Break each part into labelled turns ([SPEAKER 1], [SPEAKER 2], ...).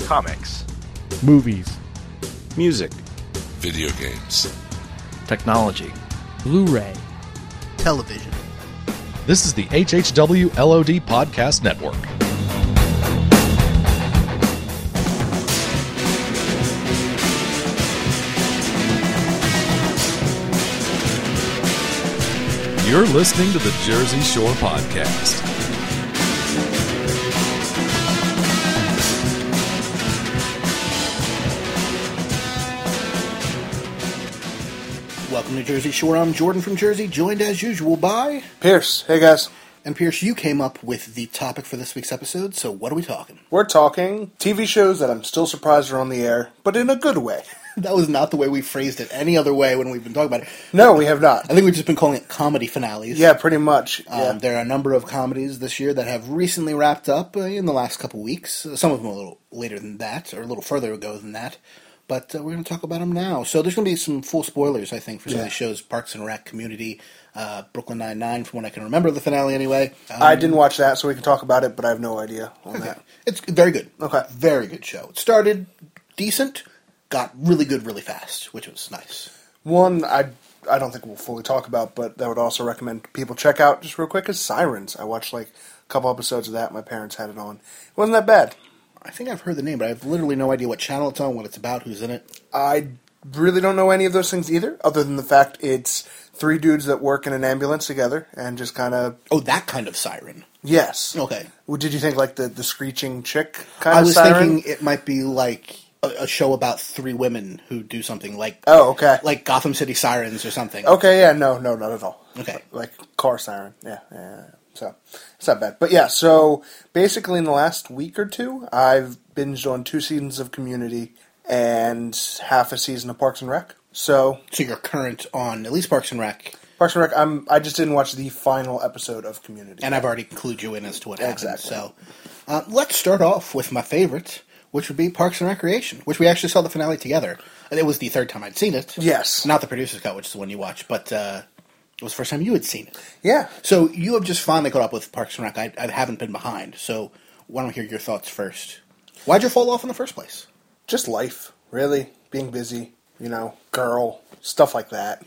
[SPEAKER 1] comics,
[SPEAKER 2] movies,
[SPEAKER 1] music,
[SPEAKER 3] video games.
[SPEAKER 4] technology.
[SPEAKER 5] Blu ray.
[SPEAKER 6] television.
[SPEAKER 7] This is the HHW LOD Podcast Network. You're listening to the Jersey Shore Podcast.
[SPEAKER 6] Welcome to Jersey Shore. I'm Jordan from Jersey, joined as usual by.
[SPEAKER 8] Pierce, hey guys.
[SPEAKER 6] And Pierce, you came up with the topic for this week's episode, so what are we talking?
[SPEAKER 8] We're talking TV shows that I'm still surprised are on the air, but in a good way.
[SPEAKER 6] That was not the way we phrased it any other way when we've been talking about it. Uh,
[SPEAKER 8] No, we have not.
[SPEAKER 6] I think we've just been calling it comedy finales.
[SPEAKER 8] Yeah, pretty much.
[SPEAKER 6] Um,
[SPEAKER 8] yeah.
[SPEAKER 6] There are a number of comedies this year that have recently wrapped up uh, in the last couple weeks. Uh, Some of them a little later than that, or a little further ago than that. But uh, we're going to talk about them now. So there's going to be some full spoilers, I think, for some of these shows: Parks and Rec, Community, uh, Brooklyn Nine Nine, from when I can remember the finale anyway. Um,
[SPEAKER 8] I didn't watch that, so we can talk about it, but I have no idea on that.
[SPEAKER 6] It's very good.
[SPEAKER 8] Okay.
[SPEAKER 6] very good show. It started decent, got really good really fast, which was nice.
[SPEAKER 8] One I I don't think we'll fully talk about, but that would also recommend people check out just real quick is Sirens. I watched like a couple episodes of that. My parents had it on. It wasn't that bad.
[SPEAKER 6] I think I've heard the name, but I have literally no idea what channel it's on, what it's about, who's in it.
[SPEAKER 8] I really don't know any of those things either, other than the fact it's three dudes that work in an ambulance together and just kind of
[SPEAKER 6] Oh, that kind of siren.
[SPEAKER 8] yes.
[SPEAKER 6] Okay.
[SPEAKER 8] Well, did you think like the the screeching chick kind
[SPEAKER 6] I
[SPEAKER 8] of
[SPEAKER 6] was
[SPEAKER 8] siren?
[SPEAKER 6] thinking it might be like a, a show about three women who do something like
[SPEAKER 8] Oh, okay.
[SPEAKER 6] like Gotham City Sirens or something.
[SPEAKER 8] Okay, yeah, no, no, not at all.
[SPEAKER 6] Okay.
[SPEAKER 8] Like car siren. Yeah, yeah, yeah. So it's not bad. But yeah, so basically in the last week or two, I've binged on two seasons of Community and half a season of Parks and Rec. So
[SPEAKER 6] So you're current on at least Parks and Rec,
[SPEAKER 8] Parks and Rec, I'm I just didn't watch the final episode of Community.
[SPEAKER 6] and I've already clued you in as to what happened.
[SPEAKER 8] Exactly.
[SPEAKER 6] So uh, let's start off with my favorite, which would be Parks and Recreation, which we actually saw the finale together. And it was the third time I'd seen it.
[SPEAKER 8] yes,
[SPEAKER 6] Not the producer's cut, which is the one you watched, but uh, it was the first time you had seen it.
[SPEAKER 8] yeah.
[SPEAKER 6] So you have just finally caught up with Parks and Rec. I, I haven't been behind, so why don't we hear your thoughts first? Why'd you fall off in the first place?
[SPEAKER 8] Just life, really, being busy, you know, girl, stuff like that.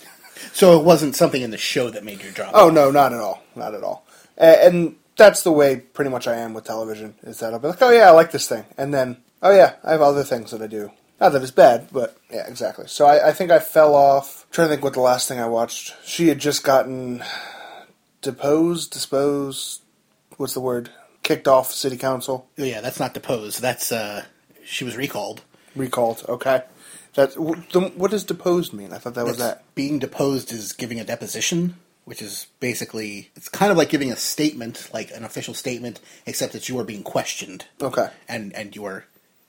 [SPEAKER 6] So it wasn't something in the show that made you drop.
[SPEAKER 8] Oh no, not at all, not at all. A- And that's the way pretty much I am with television. Is that I'll be like, oh yeah, I like this thing, and then oh yeah, I have other things that I do. Not that it's bad, but yeah, exactly. So I, I think I fell off. trying to think what the last thing I watched. She had just gotten deposed, disposed. What's the word? Kicked off city council,
[SPEAKER 6] Oh, yeah, that's not deposed. That's uh, she was recalled.
[SPEAKER 8] recalled. Okay, that. wh- the- What does deposed mean? I thought that was
[SPEAKER 6] That's-
[SPEAKER 8] that.
[SPEAKER 6] being deposed is giving a deposition, which is basically it's kind of like giving a statement, like an official statement, except that you are being questioned.
[SPEAKER 8] Okay.
[SPEAKER 6] And and you are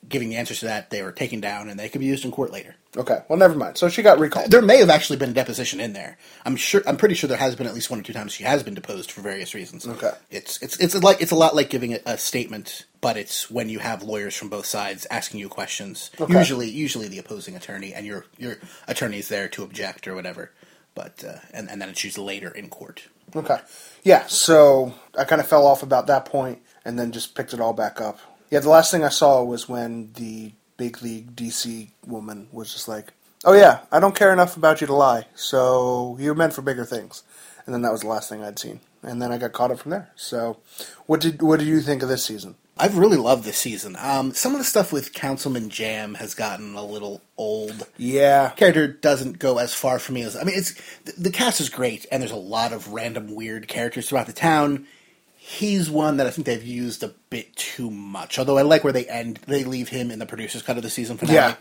[SPEAKER 6] giving the answers to that. They are taken down, and they could be used in court later.
[SPEAKER 8] Okay, well never mind. So she got recalled.
[SPEAKER 6] There may have actually been a deposition in there. I'm sure. I'm pretty sure there has been at least one or two times she has been deposed for various reasons.
[SPEAKER 8] Okay.
[SPEAKER 6] It's it's it's like it's a lot like giving a, a statement, but it's when you have lawyers from both sides asking you questions.
[SPEAKER 8] Okay.
[SPEAKER 6] Usually, usually the opposing attorney and your your attorney's there to object or whatever. But uh, and and then it's used later in court.
[SPEAKER 8] Okay. Yeah, so I kind of fell off about that point and then just picked it all back up. Yeah, the last thing I saw was when the big league DC woman was just like, "Oh yeah, I don't care enough about you to lie. So you're meant for bigger things." And then that was the last thing I'd seen. And then I got caught up from there. So, what did what did you think of this season?
[SPEAKER 6] I've really loved this season. Um, some of the stuff with Councilman Jam has gotten a little old.
[SPEAKER 8] Yeah.
[SPEAKER 6] character doesn't go as far for me as I mean it's the, the cast is great and there's a lot of random weird characters throughout the town. He's one that I think they've used a bit too much. Although I like where they end, they leave him in the producers cut of the season finale.
[SPEAKER 8] Yeah.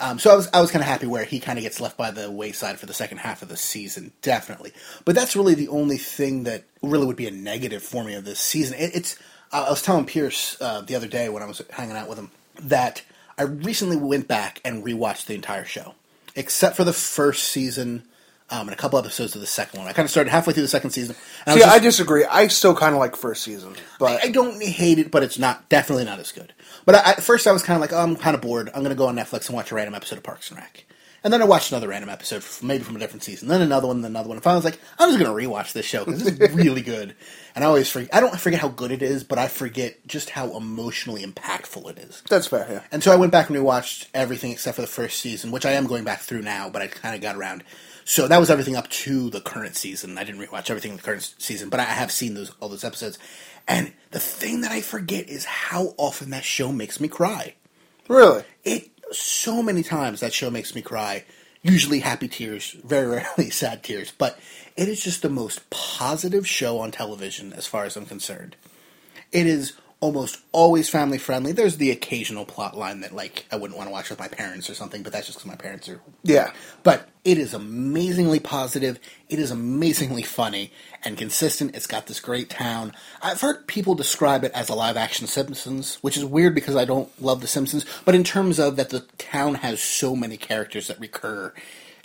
[SPEAKER 6] Um, so I was I was kind of happy where he kind of gets left by the wayside for the second half of the season, definitely. But that's really the only thing that really would be a negative for me of this season. It, it's I I was telling Pierce uh, the other day when I was hanging out with him that I recently went back and rewatched the entire show, except for the first season um, and a couple episodes of the second one. I kind of started halfway through the second season. And
[SPEAKER 8] See,
[SPEAKER 6] I was
[SPEAKER 8] I
[SPEAKER 6] just-
[SPEAKER 8] disagree. I still kind of like first season, but
[SPEAKER 6] I don't hate it, but it's not definitely not as good. But I, at first, I was kind of like, oh, I'm kind of bored. I'm going to go on Netflix and watch a random episode of Parks and Rec. And then I watched another random episode, f- maybe from a different season, then another one, then another one. And finally, I was like, I'm just going to rewatch this show because it's really good. And I always forget, I don't forget how good it is, but I forget just how emotionally impactful it is.
[SPEAKER 8] That's fair. Yeah.
[SPEAKER 6] And so I went back and rewatched everything except for the first season, which I am going back through now, but I kind of got around. So that was everything up to the current season. I didn't rewatch everything in the current s- season, but I have seen those all those episodes. And the thing that I forget is how often that show makes me cry.
[SPEAKER 8] Really.
[SPEAKER 6] It so many times that show makes me cry. Usually happy tears, very rarely sad tears, but it is just the most positive show on television as far as I'm concerned it is almost always family friendly. There's the occasional plot line that like I wouldn't want to watch with my parents or something, but that's just because my parents are.
[SPEAKER 8] Yeah.
[SPEAKER 6] But it is amazingly positive. It is amazingly funny and consistent. It's got this great town. I've heard people describe it as a live action Simpsons, which is weird because I don't love The Simpsons. But in terms of that, the town has so many characters that recur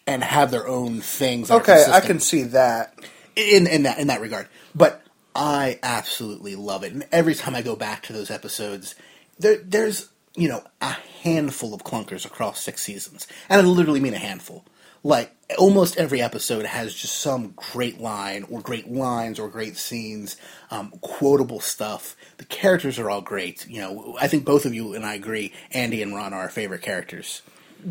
[SPEAKER 6] and have their own things. that are
[SPEAKER 8] Okay, I
[SPEAKER 6] consistent
[SPEAKER 8] can see that.
[SPEAKER 6] in in that in that regard. But I absolutely love it, and every time I go back to those episodes, there there's you know a handful of clunkers across six seasons, and I literally mean a handful. Like almost every episode has just some great line or great lines or great scenes, um, quotable stuff. The characters are all great. You know, I think both of you and I agree. Andy and Ron are our favorite characters.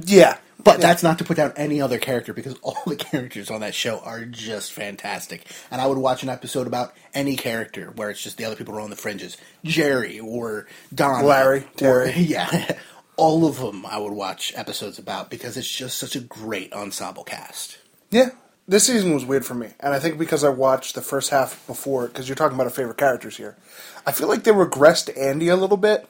[SPEAKER 8] Yeah.
[SPEAKER 6] But that's not to put down any other character because all the characters on that show are just fantastic. And I would watch an episode about any character where it's just the other people are on the fringes. Jerry or Don.
[SPEAKER 8] Larry, Terry.
[SPEAKER 6] yeah. All of them I would watch episodes about because it's just such a great ensemble cast.
[SPEAKER 8] Yeah. This season was weird for me, and I think because I watched the first half before, because you're talking about our favorite characters here, I feel like they regressed Andy a little bit.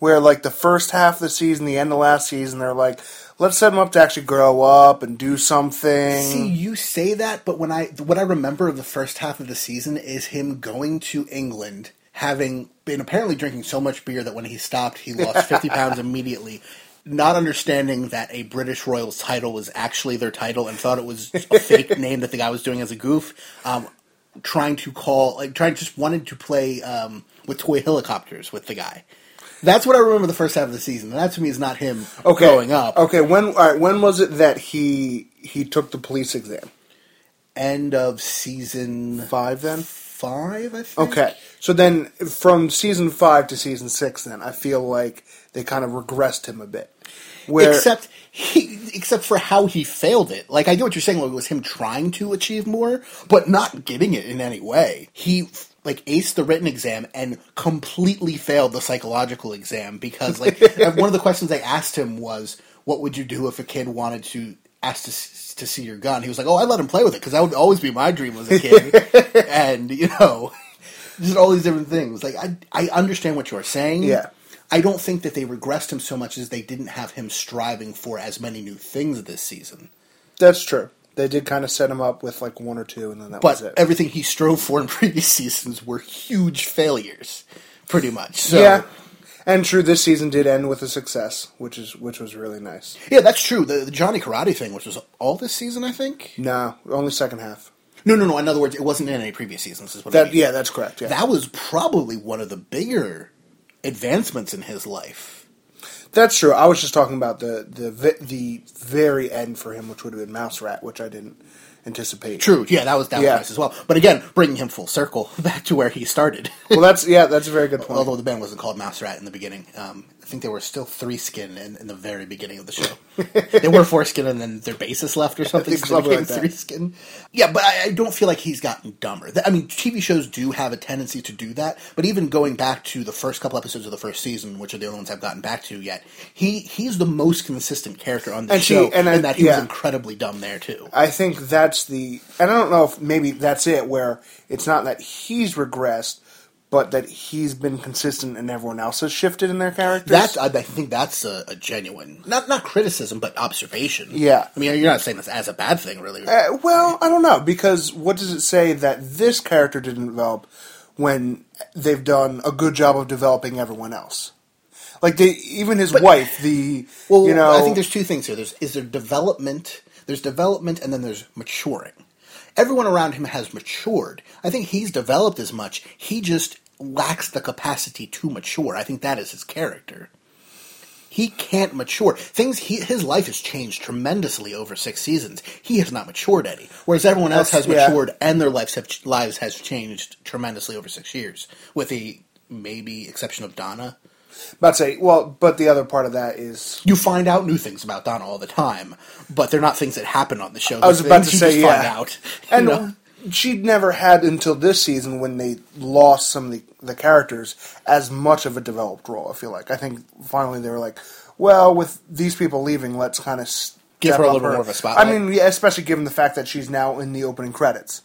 [SPEAKER 8] Where like the first half of the season, the end of last season, they're like, let's set him up to actually grow up and do something.
[SPEAKER 6] See, you say that, but when I what I remember of the first half of the season is him going to England, having been apparently drinking so much beer that when he stopped, he lost fifty pounds immediately. Not understanding that a British royal title was actually their title and thought it was a fake name that the guy was doing as a goof. Um, trying to call, like, trying just wanted to play um, with toy helicopters with the guy. That's what I remember the first half of the season. And that to me is not him
[SPEAKER 8] okay.
[SPEAKER 6] growing up.
[SPEAKER 8] Okay, when all right, when was it that he he took the police exam?
[SPEAKER 6] End of season
[SPEAKER 8] Five then?
[SPEAKER 6] five, I think.
[SPEAKER 8] Okay. So then from season five to season six then I feel like they kind of regressed him a bit. Where
[SPEAKER 6] Except he, except for how he failed it. Like I get what you're saying. Like, it was him trying to achieve more, but not getting it in any way. He like aced the written exam and completely failed the psychological exam because like one of the questions they asked him was, "What would you do if a kid wanted to?" asked to, s- to see your gun he was like oh i let him play with it because that would always be my dream as a kid and you know just all these different things like i i understand what you're saying
[SPEAKER 8] Yeah.
[SPEAKER 6] I don't think that they regressed him so much as they didn't have him striving for as many new things this season.
[SPEAKER 8] That's true. They did kind of set him up with like one or two, and then that
[SPEAKER 6] But
[SPEAKER 8] was it.
[SPEAKER 6] everything he strove for in previous seasons were huge failures, pretty much. So,
[SPEAKER 8] yeah, and true. This season did end with a success, which is which was really nice.
[SPEAKER 6] yeah, that's true. The, the Johnny Karate thing, which was all this season, I think.
[SPEAKER 8] No, only second half.
[SPEAKER 6] No, no, no. In other words, it wasn't in any previous seasons. Is what I
[SPEAKER 8] That
[SPEAKER 6] mean.
[SPEAKER 8] yeah, that's correct. Yeah,
[SPEAKER 6] that was probably one of the bigger advancements in his life.
[SPEAKER 8] that's true. I was just talking about the the ve- the very end for him, which would have been Mouse Rat, which I didn't anticipate.
[SPEAKER 6] True. Yeah, that was that
[SPEAKER 8] Yeah.
[SPEAKER 6] was nice as well. But again, bringing him full circle back to where he started.
[SPEAKER 8] Well, that's yeah, that's a very good point.
[SPEAKER 6] Although the band wasn't called Mouse Rat in the beginning, um, I think they were still Three Skin in, in the very beginning of the show. they were Four Skin, and then their bassist left or something.
[SPEAKER 8] think
[SPEAKER 6] So
[SPEAKER 8] something
[SPEAKER 6] they became
[SPEAKER 8] like that.
[SPEAKER 6] Three Skin. Yeah, but I, I don't feel like he's gotten dumber. Th- I mean, TV shows do have a tendency to do that. But even going back to the first couple episodes of the first season, which are the only ones I've gotten back to yet, he he's the most consistent character on the
[SPEAKER 8] And she-
[SPEAKER 6] show, and,
[SPEAKER 8] and I-
[SPEAKER 6] that he
[SPEAKER 8] yeah.
[SPEAKER 6] was incredibly dumb there too.
[SPEAKER 8] I think that's the, and I don't know if maybe that's it, where it's not that he's regressed, but that he's been consistent and everyone else has shifted in their characters.
[SPEAKER 6] That's I, I think that's a, a genuine not not criticism but observation.
[SPEAKER 8] Yeah.
[SPEAKER 6] I mean you're not saying this as a bad thing, really.
[SPEAKER 8] Uh, well, I don't know because what does it say that this character didn't develop when they've done a good job of developing everyone else? Like they, even his wife, the
[SPEAKER 6] Well,
[SPEAKER 8] you know,
[SPEAKER 6] I think there's two things here. There's is there development. There's development, and then there's maturing. Everyone around him has matured. I think he's developed as much. He just lacks the capacity to mature. I think that is his character. He can't mature. Things he, his life has changed tremendously over six seasons. He has not matured any, whereas everyone else
[SPEAKER 8] That's-
[SPEAKER 6] has
[SPEAKER 8] yeah.
[SPEAKER 6] matured and their lives have lives has changed tremendously over six years, with the maybe exception of Donna.
[SPEAKER 8] About to say, well, but the other part of that is
[SPEAKER 6] You find out new things about Donna all the time, but they're not things that happen on the show.
[SPEAKER 8] I was
[SPEAKER 6] They're
[SPEAKER 8] about
[SPEAKER 6] things
[SPEAKER 8] to
[SPEAKER 6] you
[SPEAKER 8] say,
[SPEAKER 6] just find
[SPEAKER 8] yeah.
[SPEAKER 6] out, you
[SPEAKER 8] and
[SPEAKER 6] know?
[SPEAKER 8] she'd never had until this season when they lost some of the, the characters as much of a developed role. I feel like I think finally they were like, well, with these people leaving, let's kind of
[SPEAKER 6] Give her a little bit more of a spotlight.
[SPEAKER 8] I mean, yeah, especially given the fact that she's now in the opening credits.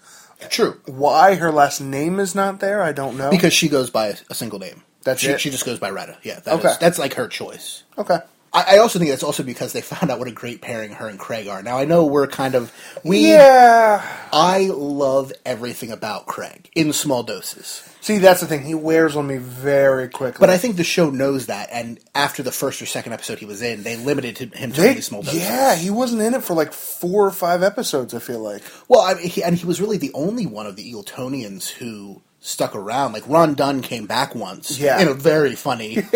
[SPEAKER 6] true
[SPEAKER 8] Why her last name is not there, I don't know.
[SPEAKER 6] because she goes by a, a single name.
[SPEAKER 8] That's
[SPEAKER 6] she,
[SPEAKER 8] it?
[SPEAKER 6] she just goes by Retta. Yeah, that
[SPEAKER 8] Okay.
[SPEAKER 6] is- that's like her choice.
[SPEAKER 8] okay,
[SPEAKER 6] I, I also think that's also because they found out what a great pairing her and Craig are. Now I know we're kind of we.
[SPEAKER 8] yeah.
[SPEAKER 6] I love everything about Craig in small doses,
[SPEAKER 8] See, that's the thing. He wears on me very quickly.
[SPEAKER 6] but I think the show knows that. And after the first or second episode he was in, they limited him- him to
[SPEAKER 8] They-
[SPEAKER 6] only small doses.
[SPEAKER 8] yeah, he wasn't in it for like four or five episodes. I feel like
[SPEAKER 6] Well, I mean, he, and he was really the only one of the Eagletonians who stuck around. Like Ron Dunn came back once
[SPEAKER 8] Yeah.
[SPEAKER 6] in a very funny.
[SPEAKER 8] just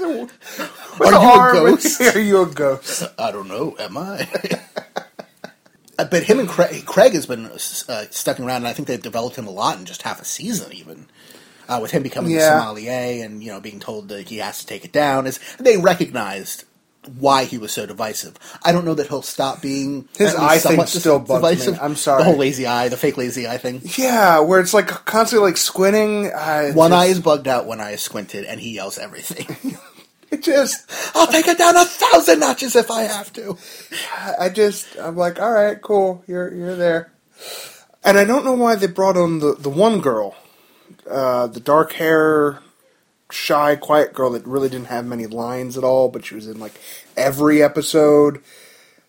[SPEAKER 8] the, with
[SPEAKER 6] Are
[SPEAKER 8] the
[SPEAKER 6] you a
[SPEAKER 8] arm,
[SPEAKER 6] ghost?
[SPEAKER 8] it's- Are you a ghost?
[SPEAKER 6] I don't know. Am I? Uh, but him and Craig, Craig has been uh, s- uh, stuck around, and I think they've developed him a lot in just half a season, even uh, with him becoming
[SPEAKER 8] Yeah.
[SPEAKER 6] a sommelier and you know being told that he has to take it down. Is they recognized why he was so divisive? I don't know that he'll stop being
[SPEAKER 8] His
[SPEAKER 6] at least
[SPEAKER 8] eye thing
[SPEAKER 6] somewhat
[SPEAKER 8] still bugs me. I'm sorry.
[SPEAKER 6] the whole lazy eye, the fake lazy eye thing.
[SPEAKER 8] Yeah, where it's like constantly like squinting. Uh, it
[SPEAKER 6] One
[SPEAKER 8] just-
[SPEAKER 6] eye is bugged out, one eye is squinted, and he yells everything.
[SPEAKER 8] It just.
[SPEAKER 6] I'll take it down a thousand notches if I have to.
[SPEAKER 8] I I just. I'm like, all right, cool. You're you're there. And I don't know why they brought on the the one girl, uh, the dark hair, shy, quiet girl that really didn't have many lines at all, but she was in like every episode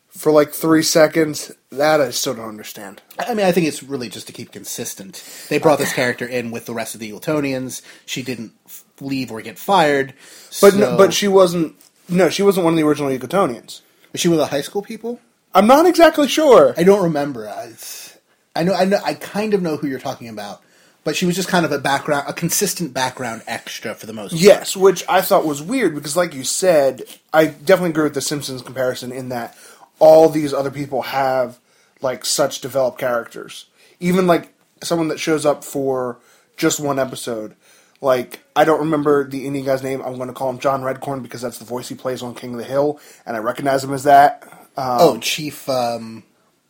[SPEAKER 8] for like three seconds. That I still don't understand.
[SPEAKER 6] I mean, I think it's really just to keep consistent. They brought this character in with the rest of the Eagletonians. She didn't f- leave or get fired.
[SPEAKER 8] But
[SPEAKER 6] so-
[SPEAKER 8] no, but she wasn't. No, she wasn't one of the original Yucatonians.
[SPEAKER 6] was she with the high school people?
[SPEAKER 8] I'm not exactly sure.
[SPEAKER 6] I don't remember. I, it's- I know, I know, I kind of know who you're talking about. But she was just kind of a background, a consistent background extra for the most. part.
[SPEAKER 8] Yes, which I thought was weird because, like you said, I definitely agree with the Simpsons comparison in that all these other people have like such developed characters. Even like someone that shows up for just one episode. Like I don't remember the Indian guy's name. I'm going to call him John Redcorn because that's the voice he plays on King of the Hill, and I recognize him as that. Uh,
[SPEAKER 6] Oh, Chief. Um,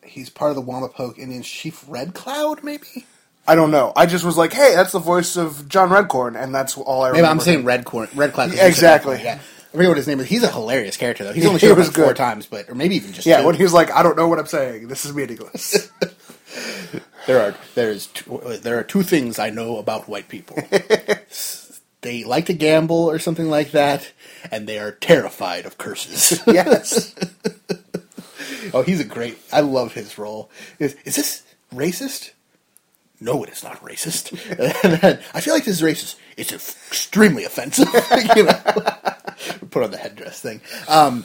[SPEAKER 6] he's part of the Wamapoke Indians. Chief Red Cloud, maybe.
[SPEAKER 8] I don't know. I just was like, hey, that's the voice of John Redcorn, and that's all I remember.
[SPEAKER 6] Maybe I'm saying Red Corn, Red Cloud. 'cause
[SPEAKER 8] Yeah,
[SPEAKER 6] you said Red
[SPEAKER 8] exactly.
[SPEAKER 6] Corn, yeah. I forget what his name is. He's a hilarious character though. He's only
[SPEAKER 8] He
[SPEAKER 6] showed up
[SPEAKER 8] was
[SPEAKER 6] like four
[SPEAKER 8] good.
[SPEAKER 6] times, but or maybe even just
[SPEAKER 8] Yeah,
[SPEAKER 6] two.
[SPEAKER 8] when he was like, I don't know what I'm saying. This is meaningless.
[SPEAKER 6] there are there is two, there are two things I know about white people. they like to gamble or something like that, and they are terrified of curses.
[SPEAKER 8] yes.
[SPEAKER 6] oh, he's a great. I love his role. Is, is this racist? No, it is not racist. and then, I feel like this is racist. It's extremely offensive. you know, put on the headdress thing. Um,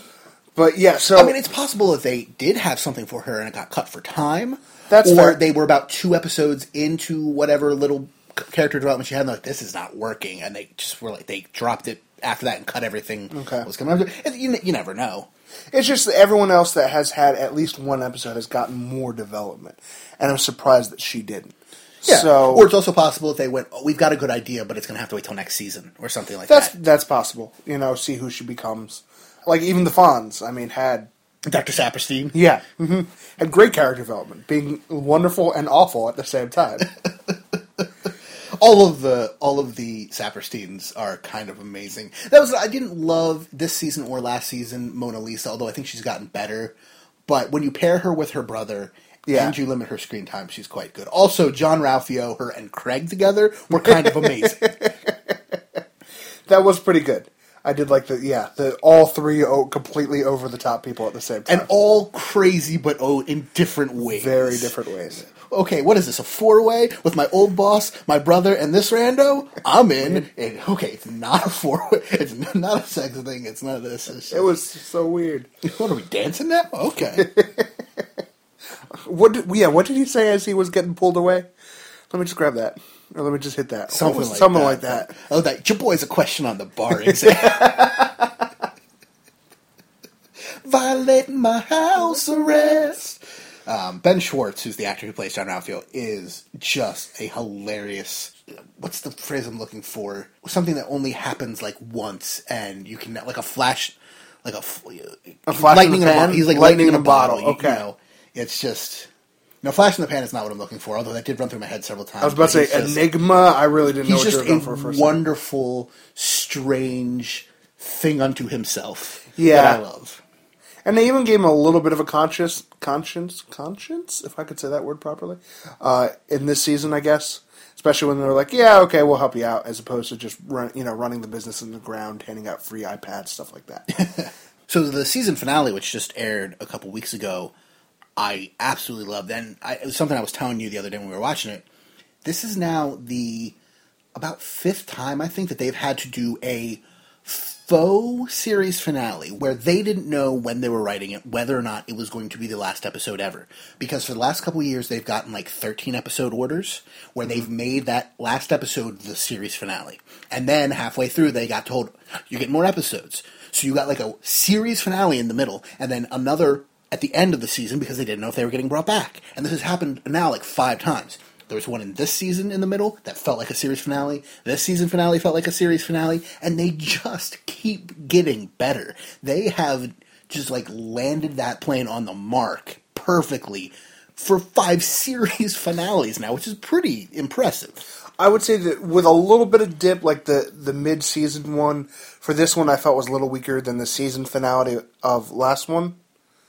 [SPEAKER 8] But yeah, so
[SPEAKER 6] I mean, it's possible that they did have something for her and it got cut for time.
[SPEAKER 8] That's
[SPEAKER 6] or
[SPEAKER 8] fair.
[SPEAKER 6] they were about two episodes into whatever little c- character development she had, and they're like this is not working, and they just were like they dropped it after that and cut everything.
[SPEAKER 8] Okay.
[SPEAKER 6] that was coming after. And You, you never know.
[SPEAKER 8] it's just that everyone else that has had at least one episode has gotten more development, and I'm surprised that she didn't. So
[SPEAKER 6] or it's also possible that they went, oh, we've got a good idea, but it's going to have to wait till next season or something like
[SPEAKER 8] that's
[SPEAKER 6] that.
[SPEAKER 8] that's possible. You know, see who she becomes. Like even the Fonz, I mean, had
[SPEAKER 6] Doctor Saperstein.
[SPEAKER 8] yeah, hmm had great character development, being wonderful and awful at the same time.
[SPEAKER 6] all of the all of the Sapersteins are kind of amazing. That was I didn't love this season or last season Mona Lisa, although I think she's gotten better. But when you pair her with her brother
[SPEAKER 8] Yeah.
[SPEAKER 6] and you limit her screen time, she's quite good. Also, John Ralphio, her and Craig together were kind of amazing.
[SPEAKER 8] that was pretty good. I did like the yeah, the all three o- completely over the top people at the same time,
[SPEAKER 6] and all crazy but oh in different ways.
[SPEAKER 8] very different ways.
[SPEAKER 6] Okay, what is this? A four way with my old boss, my brother, and this rando? I'm in. And, okay, it's not a four way. It's not a sex thing. It's none of this. It's
[SPEAKER 8] It was so weird.
[SPEAKER 6] What are we dancing now? Okay.
[SPEAKER 8] What did, yeah? What did he say as he was getting pulled away? Let me just grab that, or let me just hit that. What was- something like that.
[SPEAKER 6] Oh, that your boy's a question on the bar exam. getting my house arrest. Um, ben Schwartz, who's the actor who plays John Ralphio, is just a hilarious. What's the phrase I'm looking for? Something that only happens like once, and you can like a flash, like a, f-
[SPEAKER 8] A flash in the
[SPEAKER 6] a
[SPEAKER 8] pan?
[SPEAKER 6] bo- He's like
[SPEAKER 8] Lightning
[SPEAKER 6] lightning,
[SPEAKER 8] in a
[SPEAKER 6] in a bottle.
[SPEAKER 8] bottle,
[SPEAKER 6] You,
[SPEAKER 8] okay.
[SPEAKER 6] you know, it's just no flash in the pan is not what I'm looking for. Although that did run through my head several times.
[SPEAKER 8] I was about to say Enigma. I really didn't know
[SPEAKER 6] He's
[SPEAKER 8] what you
[SPEAKER 6] just
[SPEAKER 8] were going
[SPEAKER 6] a
[SPEAKER 8] for first.
[SPEAKER 6] wonderful, strange thing unto himself.
[SPEAKER 8] Yeah.
[SPEAKER 6] that I love.
[SPEAKER 8] And they even gave him a little bit of a conscious conscience conscience, if I could say that word properly, uh, in this season, I guess. Especially when they're like, "Yeah, okay, we'll help you out," as opposed to just run, you know, running the business in the ground, handing out free iPads, stuff like that.
[SPEAKER 6] So the season finale, which just aired a couple weeks ago, I absolutely loved. And I, it was something I was telling you the other day when we were watching it. This is now the about fifth time I think that they've had to do a faux series finale where they didn't know when they were writing it whether or not it was going to be the last episode ever because for the last couple of years they've gotten like 13 episode orders where they've made that last episode the series finale and then halfway through they got told you get more episodes so you got like a series finale in the middle and then another at the end of the season because they didn't know if they were getting brought back and this has happened now like five times there was one in this season in the middle that felt like a series finale. This season finale felt like a series finale, and they just keep getting better. They have just like landed that plane on the mark perfectly for five series finales now, which is pretty impressive.
[SPEAKER 8] I would say that with a little bit of dip, like the the mid season one for this one, I felt was a little weaker than the season finale of last one.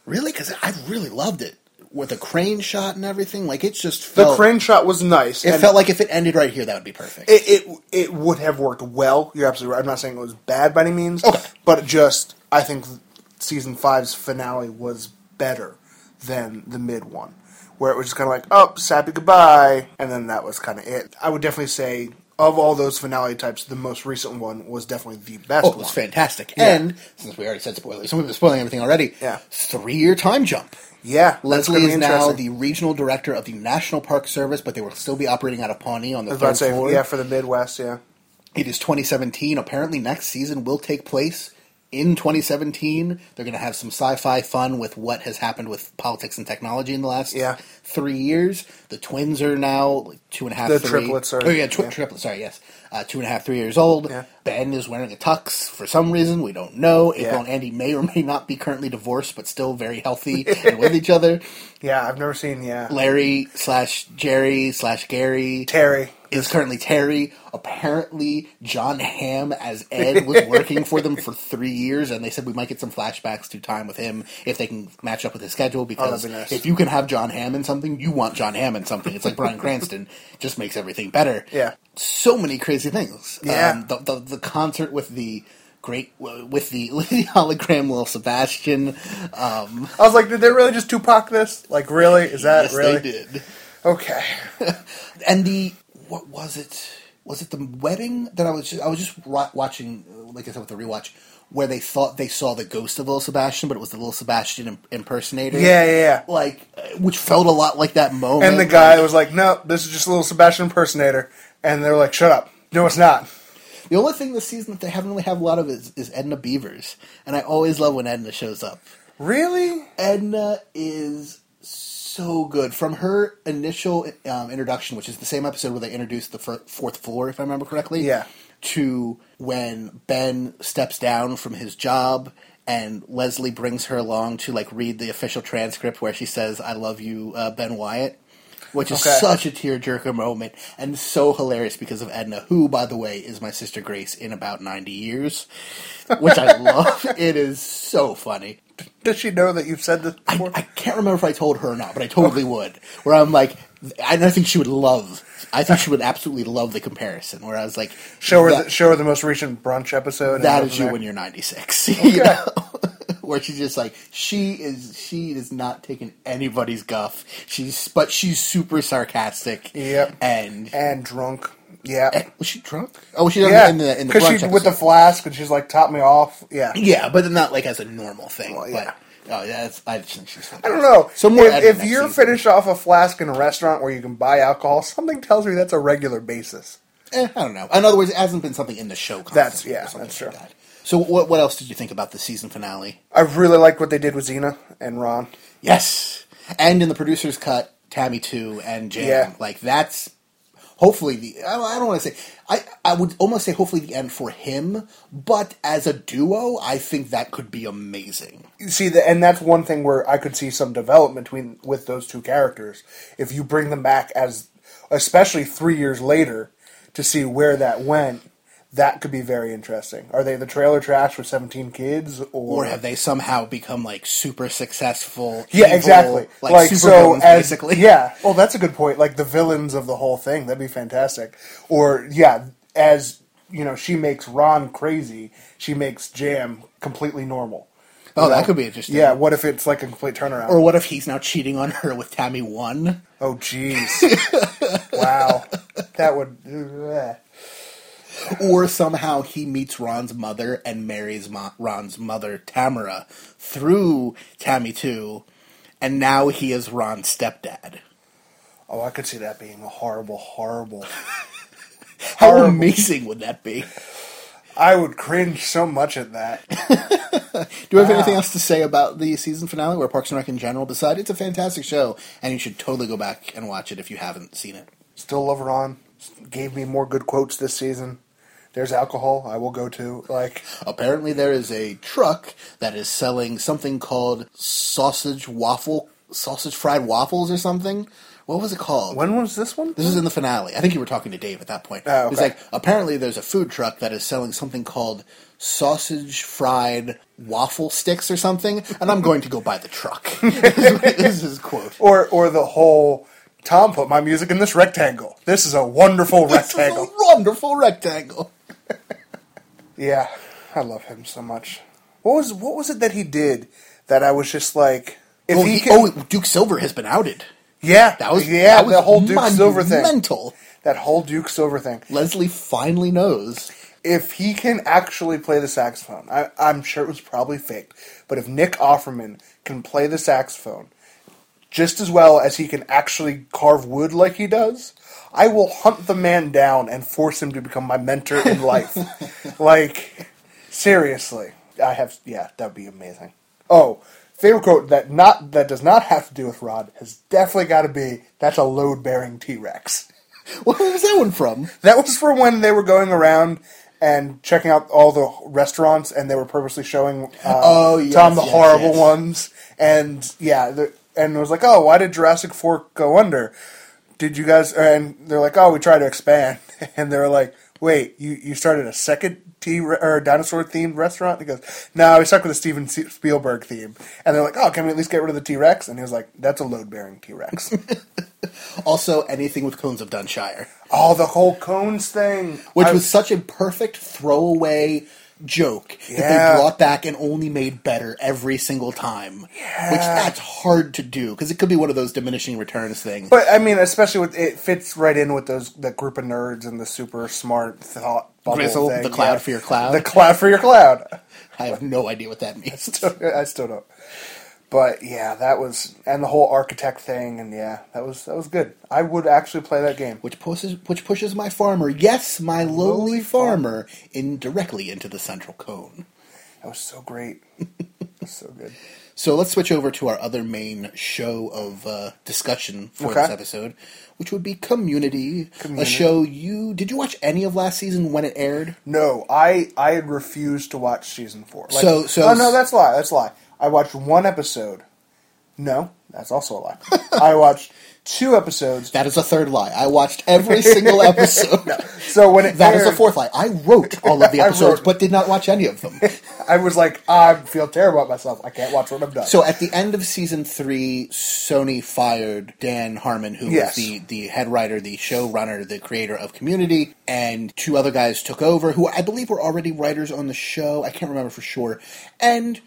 [SPEAKER 6] Really, because I really loved it with the crane shot and everything. Like it's just
[SPEAKER 8] The
[SPEAKER 6] felt,
[SPEAKER 8] crane shot was nice.
[SPEAKER 6] It
[SPEAKER 8] and-
[SPEAKER 6] felt like if it ended right here, that would be perfect.
[SPEAKER 8] it, it it would have worked well. You're absolutely right. I'm not saying it was bad by any means,
[SPEAKER 6] Okay.
[SPEAKER 8] but just I think season five's finale was better than the mid one, where it was just kind of like oh sappy goodbye, and then that was kind of it. I would definitely say of all those finale types, the most recent one was definitely the best.
[SPEAKER 6] Oh, it was
[SPEAKER 8] one.
[SPEAKER 6] fantastic.
[SPEAKER 8] Yeah.
[SPEAKER 6] And since we already said spoilers, so we've been spoiling everything already.
[SPEAKER 8] Yeah.
[SPEAKER 6] Three year time jump.
[SPEAKER 8] Yeah, that's
[SPEAKER 6] Leslie
[SPEAKER 8] gonna be
[SPEAKER 6] is now
[SPEAKER 8] interesting.
[SPEAKER 6] the regional director of the National Park Service, but they will still be operating out of Pawnee on
[SPEAKER 8] I
[SPEAKER 6] the
[SPEAKER 8] was about to
[SPEAKER 6] third
[SPEAKER 8] say,
[SPEAKER 6] floor.
[SPEAKER 8] yeah for the Midwest. Yeah,
[SPEAKER 6] It is 2017. Apparently, next season will take place in 2017. They're going to have some sci-fi fun with what has happened with politics and technology in the last
[SPEAKER 8] Yeah.
[SPEAKER 6] three years. The twins are now like, two and a half,
[SPEAKER 8] The
[SPEAKER 6] three-
[SPEAKER 8] triplets are-
[SPEAKER 6] oh yeah, tw-
[SPEAKER 8] yeah.
[SPEAKER 6] triplets. Sorry, yes, uh, two and a half, three years old.
[SPEAKER 8] Yeah.
[SPEAKER 6] Ben is wearing a tux for some reason we don't know. April
[SPEAKER 8] Yeah.
[SPEAKER 6] and Andy may or may not be currently divorced, but still very healthy and with each other.
[SPEAKER 8] yeah. I've never seen yeah
[SPEAKER 6] Larry slash Jerry slash Gary
[SPEAKER 8] Terry.
[SPEAKER 6] is currently Terry. Apparently, John Hamm as Ed was working for them for three years, and they said we might get some flashbacks to time with him if they can match up with his schedule. Because
[SPEAKER 8] be nice.
[SPEAKER 6] if you can have John Hamm in something, you want John Hamm in something. It's like Brian Cranston, just makes everything better.
[SPEAKER 8] Yeah.
[SPEAKER 6] so many crazy things. Um,
[SPEAKER 8] Yeah.
[SPEAKER 6] the, the the concert with the. Great with the, with the hologram, Lil Sebastian. Um,
[SPEAKER 8] I was like, did they really just Tupac this? Like, really? Is that
[SPEAKER 6] yes,
[SPEAKER 8] really?
[SPEAKER 6] they did.
[SPEAKER 8] Okay.
[SPEAKER 6] and the what was it? Was it the wedding that I was? Just, I was just wa- watching, uh, like I said, with the rewatch, where they thought they saw the ghost of Little Sebastian, but it was the Little Sebastian im- impersonator.
[SPEAKER 8] Yeah, yeah, yeah.
[SPEAKER 6] Like, uh, which felt a lot like that moment.
[SPEAKER 8] And the guy was like, "No, this is just a little Sebastian impersonator." And they're like, "Shut up! No, it's not."
[SPEAKER 6] The only thing this season that they haven't really have a lot of is, is Edna Beavers, and I always love when Edna shows up.
[SPEAKER 8] Really?
[SPEAKER 6] Edna is so good. From her initial um, introduction, which is the same episode where they introduced the fir- fourth floor, if I remember correctly.
[SPEAKER 8] Yeah.
[SPEAKER 6] To when Ben steps down from his job and Leslie brings her along to like read the official transcript where she says, "I love you, uh, Ben Wyatt." Which is
[SPEAKER 8] Okay.
[SPEAKER 6] such a tearjerker moment and so hilarious because of Edna, who, by the way, is my sister Grace in about 90 years, which I love. it is so funny.
[SPEAKER 8] Does she know that you've said this
[SPEAKER 6] I,
[SPEAKER 8] before?
[SPEAKER 6] I can't remember if I told her or not, but I totally would. Where I'm like, and I think she would love. I think she would absolutely love the comparison. Where I was like,
[SPEAKER 8] show her,
[SPEAKER 6] that,
[SPEAKER 8] the, show her the most recent brunch episode. and
[SPEAKER 6] that
[SPEAKER 8] go
[SPEAKER 6] is
[SPEAKER 8] from
[SPEAKER 6] you
[SPEAKER 8] there.
[SPEAKER 6] when you're 96. You know? Where she's just like, she is. She is not taking anybody's guff. She's, but she's super sarcastic.
[SPEAKER 8] Yep.
[SPEAKER 6] And
[SPEAKER 8] and drunk. Yeah,
[SPEAKER 6] was she drunk? Oh, she
[SPEAKER 8] yeah.
[SPEAKER 6] in the in the
[SPEAKER 8] 'Cause
[SPEAKER 6] brunch
[SPEAKER 8] she with the
[SPEAKER 6] episode.
[SPEAKER 8] flask, and she's like, "Top me off." Yeah.
[SPEAKER 6] yeah, but not like as a normal thing.
[SPEAKER 8] Well, yeah.
[SPEAKER 6] But oh, yeah, that's I think she's.
[SPEAKER 8] I don't know.
[SPEAKER 6] So more Edna
[SPEAKER 8] if, if
[SPEAKER 6] next
[SPEAKER 8] you're
[SPEAKER 6] season.
[SPEAKER 8] finished off a flask in a restaurant where you can buy alcohol, something tells me that's a regular basis.
[SPEAKER 6] eh, I don't know. In other words, it hasn't been something in the show.
[SPEAKER 8] That's-
[SPEAKER 6] constantly or
[SPEAKER 8] yeah,
[SPEAKER 6] something
[SPEAKER 8] that's
[SPEAKER 6] like
[SPEAKER 8] true.
[SPEAKER 6] that. So what what else did you think about the season finale?
[SPEAKER 8] I really liked what they did with Xena and Ron.
[SPEAKER 6] Yes, and in the producer's cut, Tammy too and Jam.
[SPEAKER 8] Yeah.
[SPEAKER 6] Like that's hopefully the. I don't- I don't want to say. I I would almost say hopefully the end for him, but as a duo, I think that could be amazing.
[SPEAKER 8] See, the, and that's one thing where I could see some development between with those two characters if you bring them back as, especially three years later, to see where that went. That could be very interesting. Are they the trailer trash for seventeen kids, or,
[SPEAKER 6] Or have they somehow become like super successful?
[SPEAKER 8] Yeah,
[SPEAKER 6] evil,
[SPEAKER 8] exactly.
[SPEAKER 6] Like,
[SPEAKER 8] Like,
[SPEAKER 6] super
[SPEAKER 8] so,
[SPEAKER 6] villains,
[SPEAKER 8] as,
[SPEAKER 6] basically.
[SPEAKER 8] yeah. Well, that's a good point. Like the villains of the whole thing, that'd be fantastic. Or yeah, as you know, she makes Ron crazy. She makes Jam completely normal.
[SPEAKER 6] Oh,
[SPEAKER 8] You
[SPEAKER 6] that
[SPEAKER 8] know?
[SPEAKER 6] could be interesting.
[SPEAKER 8] Yeah. What if it's like a complete turnaround?
[SPEAKER 6] Or what if he's now cheating on her with Tammy one?
[SPEAKER 8] oh, jeez. wow. That would. bleh.
[SPEAKER 6] Or somehow he meets Ron's mother and marries Ma- Ron's mother, Tamara, through Tammy 2, and now he is Ron's stepdad.
[SPEAKER 8] Oh, I could see that being a horrible, horrible.
[SPEAKER 6] How
[SPEAKER 8] Horrible.
[SPEAKER 6] amazing would that be?
[SPEAKER 8] I would cringe so much at that.
[SPEAKER 6] Do you have anything else to say about the season finale or Parks and Rec in general? Besides, it's a fantastic show, and you should totally go back and watch it if you haven't seen it.
[SPEAKER 8] Still love Ron. Gave me more good quotes this season. There's alcohol. I will go to like.
[SPEAKER 6] Apparently, there is a truck that is selling something called sausage waffle, sausage fried waffles or something. What was it called?
[SPEAKER 8] When was this one?
[SPEAKER 6] This is in the finale. I think you were talking to Dave at that point.
[SPEAKER 8] Oh, okay.
[SPEAKER 6] It's like apparently there's a food truck that is selling something called sausage fried waffle sticks or something, and I'm going to go buy the truck. this is his quote.
[SPEAKER 8] or or the whole Tom put my music in this rectangle. This is a wonderful
[SPEAKER 6] This is a
[SPEAKER 8] rectangle.
[SPEAKER 6] wonderful rectangle.
[SPEAKER 8] Yeah, I love him so much. What was what was it that he did that I was just like if
[SPEAKER 6] Oh,
[SPEAKER 8] he,
[SPEAKER 6] he-
[SPEAKER 8] can,
[SPEAKER 6] oh, Duke Silver has been outed.
[SPEAKER 8] yeah
[SPEAKER 6] That was
[SPEAKER 8] yeah
[SPEAKER 6] that was
[SPEAKER 8] the whole Duke Silver thing
[SPEAKER 6] monumental.
[SPEAKER 8] that whole Duke Silver thing.
[SPEAKER 6] Leslie finally knows.
[SPEAKER 8] If he can actually play the saxophone, I, I'm sure it was probably faked, but if Nick Offerman can play the saxophone just as well as he can actually carve wood like he does, I will hunt the man down and force him to become my mentor in life. like, seriously, I have yeah, that'd be amazing. Oh, favorite quote that not that does not have to do with Rod has definitely got to be that's a load bearing T Rex.
[SPEAKER 6] Where was that one from?
[SPEAKER 8] That was for when they were going around and checking out all the restaurants, and they were purposely showing uh,
[SPEAKER 6] Oh, yes,
[SPEAKER 8] Tom the
[SPEAKER 6] yes,
[SPEAKER 8] horrible
[SPEAKER 6] yes.
[SPEAKER 8] ones. And yeah, the- and it was like, oh, why did Jurassic Fork go under? Did you guys? And they're like, oh, we tried to expand, and they were like, wait, you you started a second. T or dinosaur themed restaurant. He goes, no, we stuck with the Steven Se- Spielberg theme. And they're like, oh, can we at least get rid of the T Rex? And he was like, that's a load bearing T Rex.
[SPEAKER 6] Also, anything with cones of Dunshire.
[SPEAKER 8] oh, the whole cones thing,
[SPEAKER 6] which
[SPEAKER 8] I-
[SPEAKER 6] was such a perfect throwaway joke that
[SPEAKER 8] Yeah.
[SPEAKER 6] they brought back and only made better every single time. Which that's hard to do because it could be one of those diminishing returns things.
[SPEAKER 8] But I mean, especially with it fits right in with those that group of nerds and the super smart thought bubble
[SPEAKER 6] Grizzle,
[SPEAKER 8] thing.
[SPEAKER 6] the cloud for your cloud.
[SPEAKER 8] the cloud for your cloud.
[SPEAKER 6] I have no idea what that means.
[SPEAKER 8] I still don't. But yeah, that was and the whole architect thing, and yeah, that was that was good. I would actually play that game.
[SPEAKER 6] Which pushes, which pushes my farmer, yes, my lowly farmer, indirectly into the central cone.
[SPEAKER 8] That was so great, so good.
[SPEAKER 6] So let's switch over to our other main show of uh, discussion for
[SPEAKER 8] Okay.
[SPEAKER 6] this episode, which would be Community, a
[SPEAKER 8] Community.
[SPEAKER 6] show you did you watch any of last season when it aired?
[SPEAKER 8] No, I I refused to watch season four.
[SPEAKER 6] So- so-
[SPEAKER 8] oh no, that's a lie. That's a lie. I watched one episode. No, that's also a lie. I watched two episodes.
[SPEAKER 6] That is a third lie. I watched every single episode.
[SPEAKER 8] So when it
[SPEAKER 6] That is a
[SPEAKER 8] aired-
[SPEAKER 6] fourth lie. I wrote all of the
[SPEAKER 8] I
[SPEAKER 6] episodes,
[SPEAKER 8] wrote-
[SPEAKER 6] but did not watch any of them.
[SPEAKER 8] I was like, I feel terrible about myself. I can't watch what I've done.
[SPEAKER 6] so at the end of season three, Sony fired Dan Harmon, who
[SPEAKER 8] Yes.
[SPEAKER 6] was the, the head writer, the showrunner, the creator of Community, and two other guys took over, who I believe were already writers on the show. I can't remember for sure. And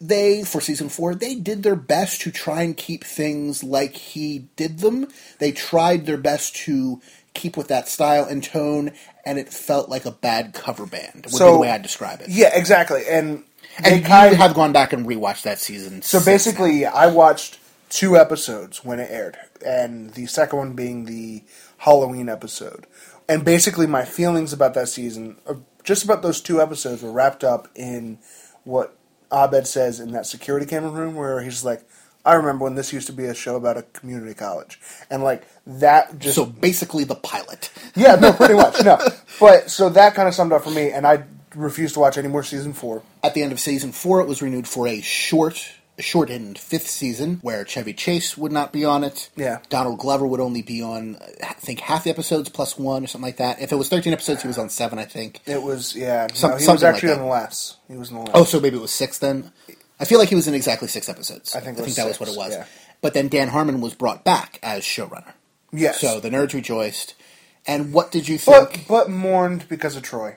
[SPEAKER 6] they, for season four, they did their best to try and keep things like he did them. They tried their best to keep with that style and tone, and it felt like a bad cover band, would be the way I describe it.
[SPEAKER 8] yeah, exactly. And they
[SPEAKER 6] And you
[SPEAKER 8] kind
[SPEAKER 6] have gone back and rewatched that season.
[SPEAKER 8] so
[SPEAKER 6] since
[SPEAKER 8] basically, yeah, I watched two episodes when it aired, and the second one being the Halloween episode. And basically, my feelings about that season uh, just about those two episodes were wrapped up in what Abed says in that security camera room where he's like, I remember when this used to be a show about a community college. And like that just
[SPEAKER 6] So basically, the pilot.
[SPEAKER 8] Yeah, no, pretty much. No. But so that kind of summed up for me and I refused to watch any more season four.
[SPEAKER 6] At the end of season four, it was renewed for a short, shortened fifth season where Chevy Chase would not be on it.
[SPEAKER 8] Yeah.
[SPEAKER 6] Donald Glover would only be on, I think, half the episodes plus one or something like that. If it was 13 episodes, he was on seven, I think.
[SPEAKER 8] It was yeah.
[SPEAKER 6] Some-
[SPEAKER 8] no, he was
[SPEAKER 6] something like
[SPEAKER 8] actually
[SPEAKER 6] that.
[SPEAKER 8] on the last. He was in the last.
[SPEAKER 6] Oh, so maybe it was six then? I feel like he was in exactly six episodes.
[SPEAKER 8] I think it was
[SPEAKER 6] that
[SPEAKER 8] six,
[SPEAKER 6] was what it was.
[SPEAKER 8] yeah.
[SPEAKER 6] But then Dan Harmon was brought back as showrunner.
[SPEAKER 8] yes.
[SPEAKER 6] So the nerds rejoiced. And what did you think?
[SPEAKER 8] but but mourned because of Troy.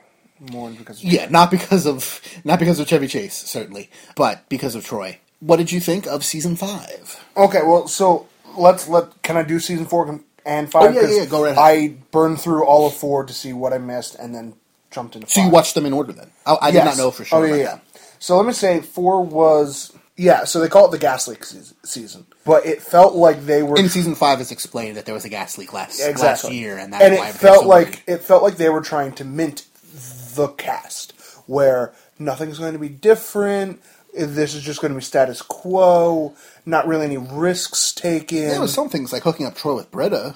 [SPEAKER 8] Mourned because of Troy.
[SPEAKER 6] Yeah, not because of not because of Chevy Chase, certainly, but because of Troy. What did you think of season five?
[SPEAKER 8] Okay, well, so let's let. Can I do season four and five?
[SPEAKER 6] Oh, yeah,
[SPEAKER 8] 'Cause
[SPEAKER 6] yeah, go right ahead.
[SPEAKER 8] I burned through all of four to see what I missed, and then jumped into.
[SPEAKER 6] So you
[SPEAKER 8] five.
[SPEAKER 6] watched them in order then? I, I did
[SPEAKER 8] Yes.
[SPEAKER 6] not know for sure.
[SPEAKER 8] Oh yeah,
[SPEAKER 6] about
[SPEAKER 8] yeah.
[SPEAKER 6] that.
[SPEAKER 8] So let me say four was yeah. So they call it the gas leak seas- season, but it felt like they were
[SPEAKER 6] In season five, it's explained that there was a gas leak last last year, and that's
[SPEAKER 8] and
[SPEAKER 6] why
[SPEAKER 8] it
[SPEAKER 6] everything's
[SPEAKER 8] felt
[SPEAKER 6] so
[SPEAKER 8] like
[SPEAKER 6] weird.
[SPEAKER 8] it felt like they were trying to mint the cast, where nothing's going to be different. This is just going to be status quo. Not really any risks taken.
[SPEAKER 6] there was some things like hooking up Troy with Britta.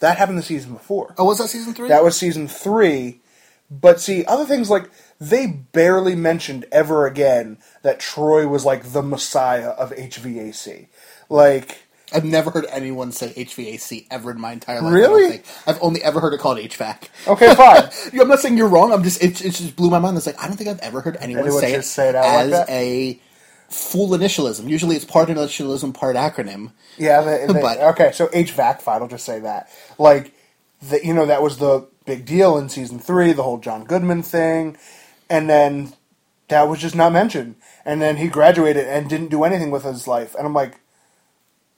[SPEAKER 8] that happened the season before.
[SPEAKER 6] Oh, was that season three?
[SPEAKER 8] That was season three. But see, other things like they barely mentioned ever again that Troy was like the messiah of HVAC. Like,
[SPEAKER 6] I've never heard anyone say HVAC ever in my entire life. I
[SPEAKER 8] Really?
[SPEAKER 6] don't think. I've only ever heard it called HVAC.
[SPEAKER 8] okay, fine.
[SPEAKER 6] Yeah, I'm not saying you're wrong. I'm just it, it just blew my mind. It's like I don't think I've ever heard anyone,
[SPEAKER 8] Anyone
[SPEAKER 6] say, it
[SPEAKER 8] just say it out like
[SPEAKER 6] as
[SPEAKER 8] that?
[SPEAKER 6] a full initialism. Usually, it's part initialism, part acronym.
[SPEAKER 8] yeah, they, they-
[SPEAKER 6] But-
[SPEAKER 8] okay. So HVAC, fine. I'll just say that. Like, the, you know, that was the big deal in season three, the whole John Goodman thing, and then that was just not mentioned. And then he graduated and didn't do anything with his life. And I'm like,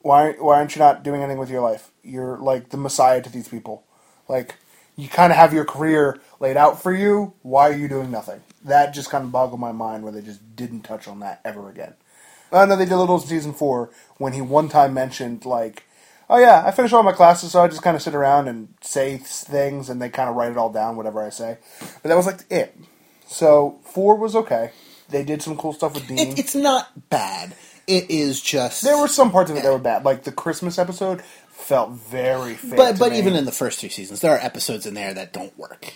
[SPEAKER 8] why why aren't you not doing anything with your life? You're like the messiah to these people. Like you kind of have your career laid out for you. Why are you doing nothing? That just kind of boggled my mind where they just didn't touch on that ever again. I know they did a little in season four when he one time mentioned like, oh yeah, I finish all my classes, so I just kind of sit around and say things, and they kind of write it all down, whatever I say. But that was like it. So four was okay. They did some cool stuff with Dean.
[SPEAKER 6] It, it's not bad. It is just
[SPEAKER 8] Mm-hmm. There were some parts of it that were bad, like the Christmas episode felt very fake.
[SPEAKER 6] but
[SPEAKER 8] to
[SPEAKER 6] but
[SPEAKER 8] me.
[SPEAKER 6] even in the first three seasons, there are episodes in there that don't work.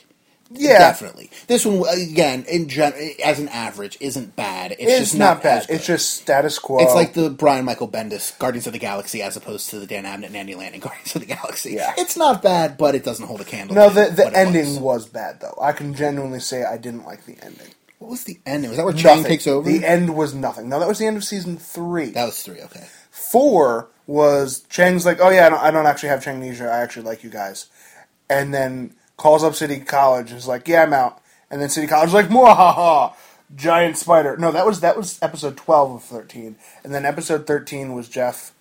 [SPEAKER 8] yeah,
[SPEAKER 6] Definitely, this one again in gen- as an average isn't bad. It's,
[SPEAKER 8] it's,
[SPEAKER 6] just
[SPEAKER 8] not,
[SPEAKER 6] as
[SPEAKER 8] bad.
[SPEAKER 6] good.
[SPEAKER 8] It's just status quo.
[SPEAKER 6] It's like the Brian Michael Bendis Guardians of the Galaxy as opposed to the Dan Abnett and Andy Lanning Guardians of the Galaxy.
[SPEAKER 8] Yeah.
[SPEAKER 6] It's not bad, but it doesn't hold a candle.
[SPEAKER 8] no,
[SPEAKER 6] to
[SPEAKER 8] the
[SPEAKER 6] what
[SPEAKER 8] the
[SPEAKER 6] it was.
[SPEAKER 8] ending was. bad though. I can genuinely say I didn't like the ending.
[SPEAKER 6] What was the ending? Was that where Chang
[SPEAKER 8] Nothing.
[SPEAKER 6] takes over?
[SPEAKER 8] The end was nothing. No, that was the end of season three.
[SPEAKER 6] that was three. Okay.
[SPEAKER 8] Four was Chang's like, oh yeah, I don't, I don't actually have Changnesia. I actually like you guys, and then calls up City College and is like, yeah, I'm out. And then City College is like, mwahaha, giant spider. No, that was that was episode twelve of thirteen, and then episode thirteen was Jeff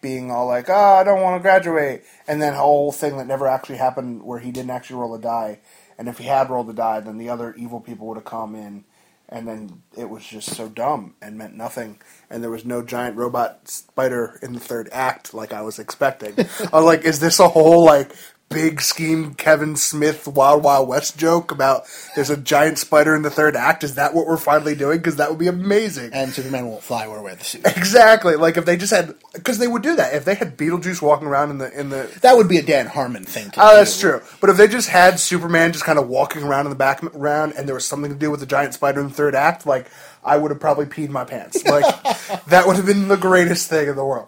[SPEAKER 8] being all like, oh, I don't want to graduate, and then whole thing that never actually happened where he didn't actually roll a die, and if he had rolled a die, then the other evil people would have come in, and then it was just so dumb and meant nothing, and there was no giant robot spider in the third act like I was expecting. I was like, is this a whole like big scheme Kevin Smith Wild Wild West joke about there's a giant spider in the third act? Is that what we're finally doing? Because that would be amazing.
[SPEAKER 6] And Superman won't fly or wear the suit.
[SPEAKER 8] Exactly. Like if they just had, because they would do that if they had Beetlejuice walking around in the in the.
[SPEAKER 6] That would be a Dan Harmon thing. to
[SPEAKER 8] Oh, that's
[SPEAKER 6] do.
[SPEAKER 8] true. But if they just had Superman just kind of walking around in the background, and there was something to do with the giant spider in the third act, like I would have probably peed my pants. Like that would have been the greatest thing in the world.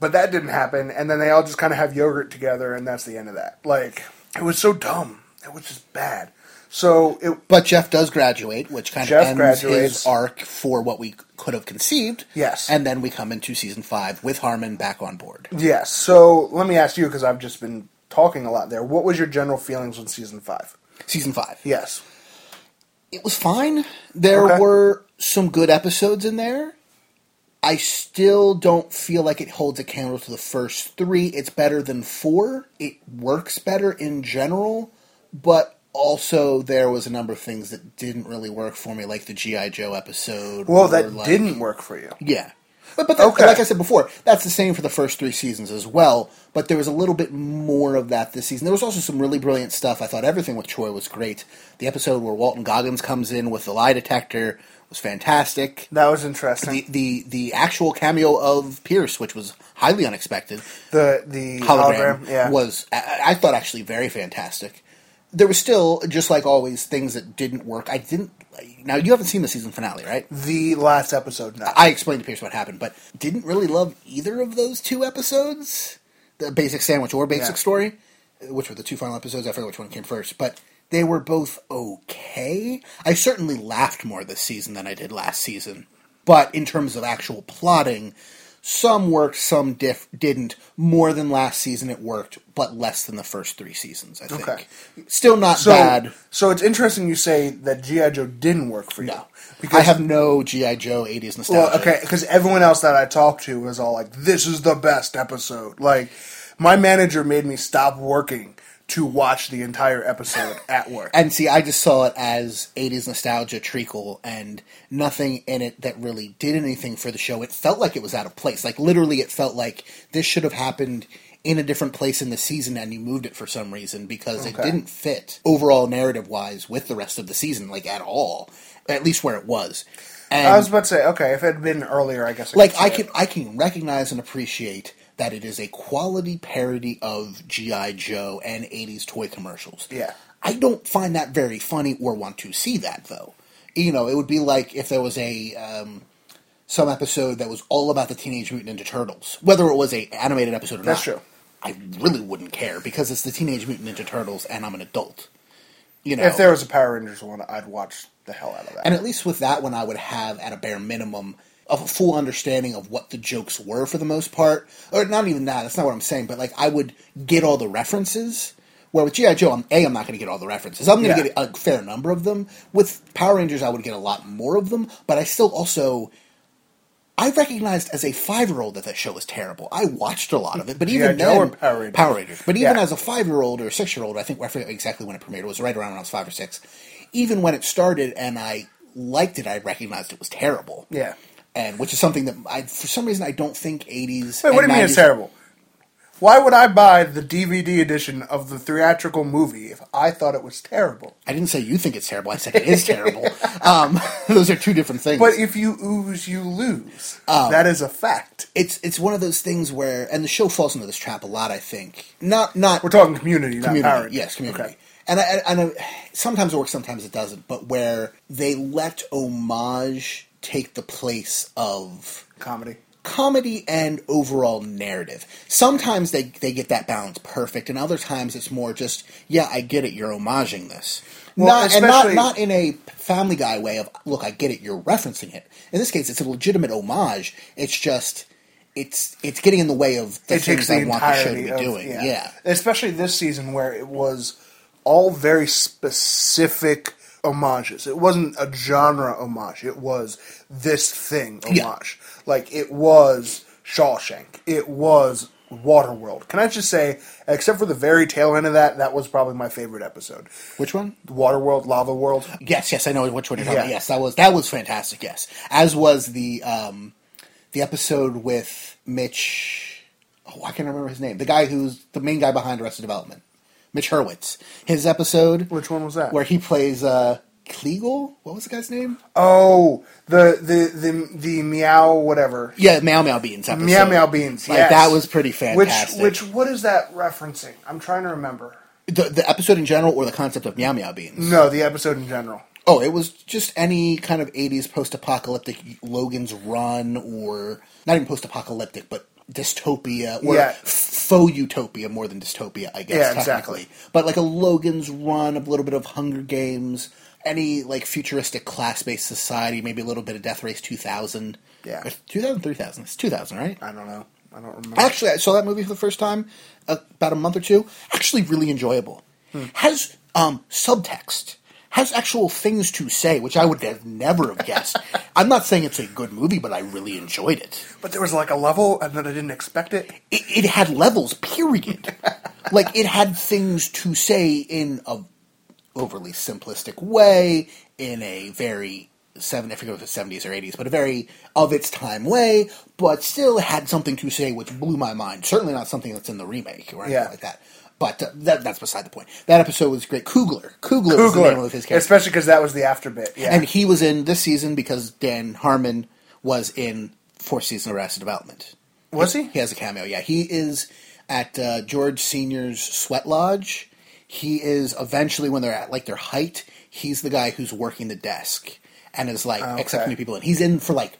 [SPEAKER 8] But that didn't happen, and then they all just kind of have yogurt together, and that's the end of that. Like it was so dumb. It was just bad. So it
[SPEAKER 6] But Jeff does graduate, which kind
[SPEAKER 8] Jeff
[SPEAKER 6] of ends
[SPEAKER 8] graduates.
[SPEAKER 6] his arc for what we could have conceived.
[SPEAKER 8] Yes.
[SPEAKER 6] And then we come into season five with Harmon back on board.
[SPEAKER 8] Yeah, so let me ask you because I've just been talking a lot there. What was your general feelings on season five?
[SPEAKER 6] Season five.
[SPEAKER 8] Yes.
[SPEAKER 6] it was fine. There
[SPEAKER 8] Okay.
[SPEAKER 6] were some good episodes in there. I still don't feel like it holds a candle to the first three. It's better than four. It works better in general, but also there was a number of things that didn't really work for me, like the GI Joe episode.
[SPEAKER 8] Well,
[SPEAKER 6] or
[SPEAKER 8] that
[SPEAKER 6] like-
[SPEAKER 8] didn't work for you.
[SPEAKER 6] Yeah, But, but that-
[SPEAKER 8] Okay.
[SPEAKER 6] like I said before, that's the same for the first three seasons as well. But there was a little bit more of that this season. There was also some really brilliant stuff. I thought everything with Troy was great. The episode where Walton Goggins comes in with the lie detector was fantastic.
[SPEAKER 8] That was interesting.
[SPEAKER 6] The the the actual cameo of Pierce, which was highly unexpected,
[SPEAKER 8] The the,
[SPEAKER 6] hologram,
[SPEAKER 8] hologram, yeah.
[SPEAKER 6] was I, I thought actually very fantastic. There was still, just like always, things that didn't work. I didn't. Now you haven't seen the season finale, right?
[SPEAKER 8] the last episode. No.
[SPEAKER 6] I explained to Pierce what happened, but didn't really love either of those two episodes. The basic sandwich or basic
[SPEAKER 8] Yeah.
[SPEAKER 6] story, which were the two final episodes. I forget which one came first, but they were both okay. I certainly laughed more this season than I did last season, but in terms of actual plotting, some worked, some diff- didn't. More than last season, it worked, but less than the first three seasons. I think.
[SPEAKER 8] Okay.
[SPEAKER 6] Still not
[SPEAKER 8] so,
[SPEAKER 6] bad.
[SPEAKER 8] so it's interesting you say that GI Joe didn't work for you
[SPEAKER 6] No,
[SPEAKER 8] because
[SPEAKER 6] I have no GI Joe '80s nostalgia.
[SPEAKER 8] Well, okay, because everyone else that I talked to was all like, "This is the best episode." Like, my manager made me stop working to watch the entire episode at work.
[SPEAKER 6] And see, I just saw it as 80s nostalgia treacle and nothing in it that really did anything for the show. It felt like it was out of place. Like, literally, it felt like this should have happened in a different place in the season and you moved it for some reason because it
[SPEAKER 8] Okay.
[SPEAKER 6] didn't fit overall narrative wise with the rest of the season, like at all, at least where it was. And
[SPEAKER 8] I was about to say, okay, if it had been earlier, I guess. I
[SPEAKER 6] like
[SPEAKER 8] could
[SPEAKER 6] I
[SPEAKER 8] see
[SPEAKER 6] can
[SPEAKER 8] it.
[SPEAKER 6] I can recognize and appreciate that it is a quality parody of GI Joe and 80s toy commercials.
[SPEAKER 8] Yeah.
[SPEAKER 6] I don't find that very funny or want to see that though. You know, it would be like if there was a um, some episode that was all about the Teenage Mutant Ninja Turtles, whether it was a animated episode or
[SPEAKER 8] That's
[SPEAKER 6] not.
[SPEAKER 8] true.
[SPEAKER 6] I really wouldn't care because it's the Teenage Mutant Ninja Turtles and I'm an adult. You know,
[SPEAKER 8] If there was a Power Rangers one, I'd watch the hell out of that.
[SPEAKER 6] and at least with that one, I would have, at a bare minimum, of a full understanding of what the jokes were for the most part. Or not even that, that's not what I'm saying, but like I would get all the references. Where with G.I. Joe, I'm, A, I'm not going to get all the references. I'm going to
[SPEAKER 8] Yeah.
[SPEAKER 6] get a fair number of them. With Power Rangers, I would get a lot more of them, but I still also. I recognized as a five year old that that show was terrible. I watched a lot of it, but
[SPEAKER 8] G.I.
[SPEAKER 6] even
[SPEAKER 8] Joe
[SPEAKER 6] then,
[SPEAKER 8] or Power Rangers?
[SPEAKER 6] But even
[SPEAKER 8] Yeah.
[SPEAKER 6] as a five year old or six year old, I think I forget exactly when it premiered. It was right around when I was five or six. Even when it started and I liked it, I recognized it was terrible.
[SPEAKER 8] Yeah.
[SPEAKER 6] and which is something that I, for some reason, I don't think eighties.
[SPEAKER 8] Wait, what do you mean it's terrible? Why would I buy the DVD edition of the theatrical movie if I thought it was terrible?
[SPEAKER 6] I didn't say you think it's terrible. I said it is terrible. um, those are two different things.
[SPEAKER 8] But if you ooze, you lose. that is a fact.
[SPEAKER 6] it's it's one of those things where, and the show falls into this trap a lot. I think not not
[SPEAKER 8] We're talking community, not
[SPEAKER 6] community.
[SPEAKER 8] Power Rangers.
[SPEAKER 6] Yes, community.
[SPEAKER 8] Okay.
[SPEAKER 6] And I, I, I know sometimes it works, sometimes it doesn't. But where they let homage take the place of
[SPEAKER 8] Comedy.
[SPEAKER 6] comedy and overall narrative. Sometimes they, they get that balance perfect, and other times it's more just, yeah, I get it, you're homaging this.
[SPEAKER 8] Well,
[SPEAKER 6] not, and not,
[SPEAKER 8] especially-
[SPEAKER 6] not in a Family Guy way of, look, I get it, you're referencing it. In this case, it's a legitimate homage. It's just, it's it's getting in the way of the
[SPEAKER 8] it
[SPEAKER 6] things
[SPEAKER 8] takes the
[SPEAKER 6] I want the show to
[SPEAKER 8] entirety
[SPEAKER 6] be
[SPEAKER 8] of
[SPEAKER 6] doing. Yeah.
[SPEAKER 8] especially this season where it was all very specific homages. It wasn't a genre homage. It was this thing
[SPEAKER 6] Yeah.
[SPEAKER 8] homage. Like it was Shawshank. It was Waterworld. Can I just say, except for the very tail end of that, that was probably my favorite episode.
[SPEAKER 6] Which one?
[SPEAKER 8] Waterworld, Lava World.
[SPEAKER 6] Yes, yes, I know which one you're talking about.
[SPEAKER 8] Yeah.
[SPEAKER 6] Yes, that was that was fantastic. Yes, as was the um, the episode with Mitch. Oh, I can't remember his name. The guy who's the main guy behind Arrested Development, Mitch Hurwitz. His episode.
[SPEAKER 8] Which one was that?
[SPEAKER 6] Where he plays uh, Kleagle. What was the guy's name?
[SPEAKER 8] Oh, the the the the meow whatever.
[SPEAKER 6] Yeah, Meow Meow Beans episode.
[SPEAKER 8] Meow Meow Beans.
[SPEAKER 6] Like
[SPEAKER 8] yes.
[SPEAKER 6] that was pretty fantastic.
[SPEAKER 8] Which which what is that referencing? I'm trying to remember.
[SPEAKER 6] the, the episode in general, or the concept of Meow Meow Beans?
[SPEAKER 8] No, the episode in general.
[SPEAKER 6] Oh, it was just any kind of 80s post apocalyptic Logan's Run or not even post apocalyptic, but dystopia or
[SPEAKER 8] Yeah.
[SPEAKER 6] faux utopia more than dystopia, I guess.
[SPEAKER 8] Yeah,
[SPEAKER 6] technically.
[SPEAKER 8] exactly.
[SPEAKER 6] But like a Logan's Run, a little bit of Hunger Games, any like futuristic class based society, maybe a little bit of Death Race 2000.
[SPEAKER 8] Yeah.
[SPEAKER 6] Or 2000, 3000. It's 2000, right?
[SPEAKER 8] I don't know. I don't remember.
[SPEAKER 6] Actually, I saw that movie for the first time uh, about a month or two. Actually, really enjoyable. Has um, subtext. Has actual things to say, which I would have never have guessed. I'm not saying it's a good movie, but I really enjoyed it.
[SPEAKER 8] but there was like a level, and then I didn't expect it.
[SPEAKER 6] It, it had levels. Period. like it had things to say in a overly simplistic way, in a very seven, I forget if it's 70s or 80s, but a very of its time way, but still had something to say which blew my mind. Certainly not something that's in the remake or anything
[SPEAKER 8] Yeah.
[SPEAKER 6] like that. But uh, that, that's beside the point. That episode was great. Kugler. Kugler, was the name of his character.
[SPEAKER 8] especially because that was the after bit. Yeah,
[SPEAKER 6] And he was in this season because Dan Harmon was in fourth season of Arrested Development.
[SPEAKER 8] was he?
[SPEAKER 6] He has a cameo. Yeah, he is at uh, George Senior's sweat lodge. He is eventually when they're at like their height. He's the guy who's working the desk and is
[SPEAKER 8] Ah,
[SPEAKER 6] like accepting new people, and he's in for like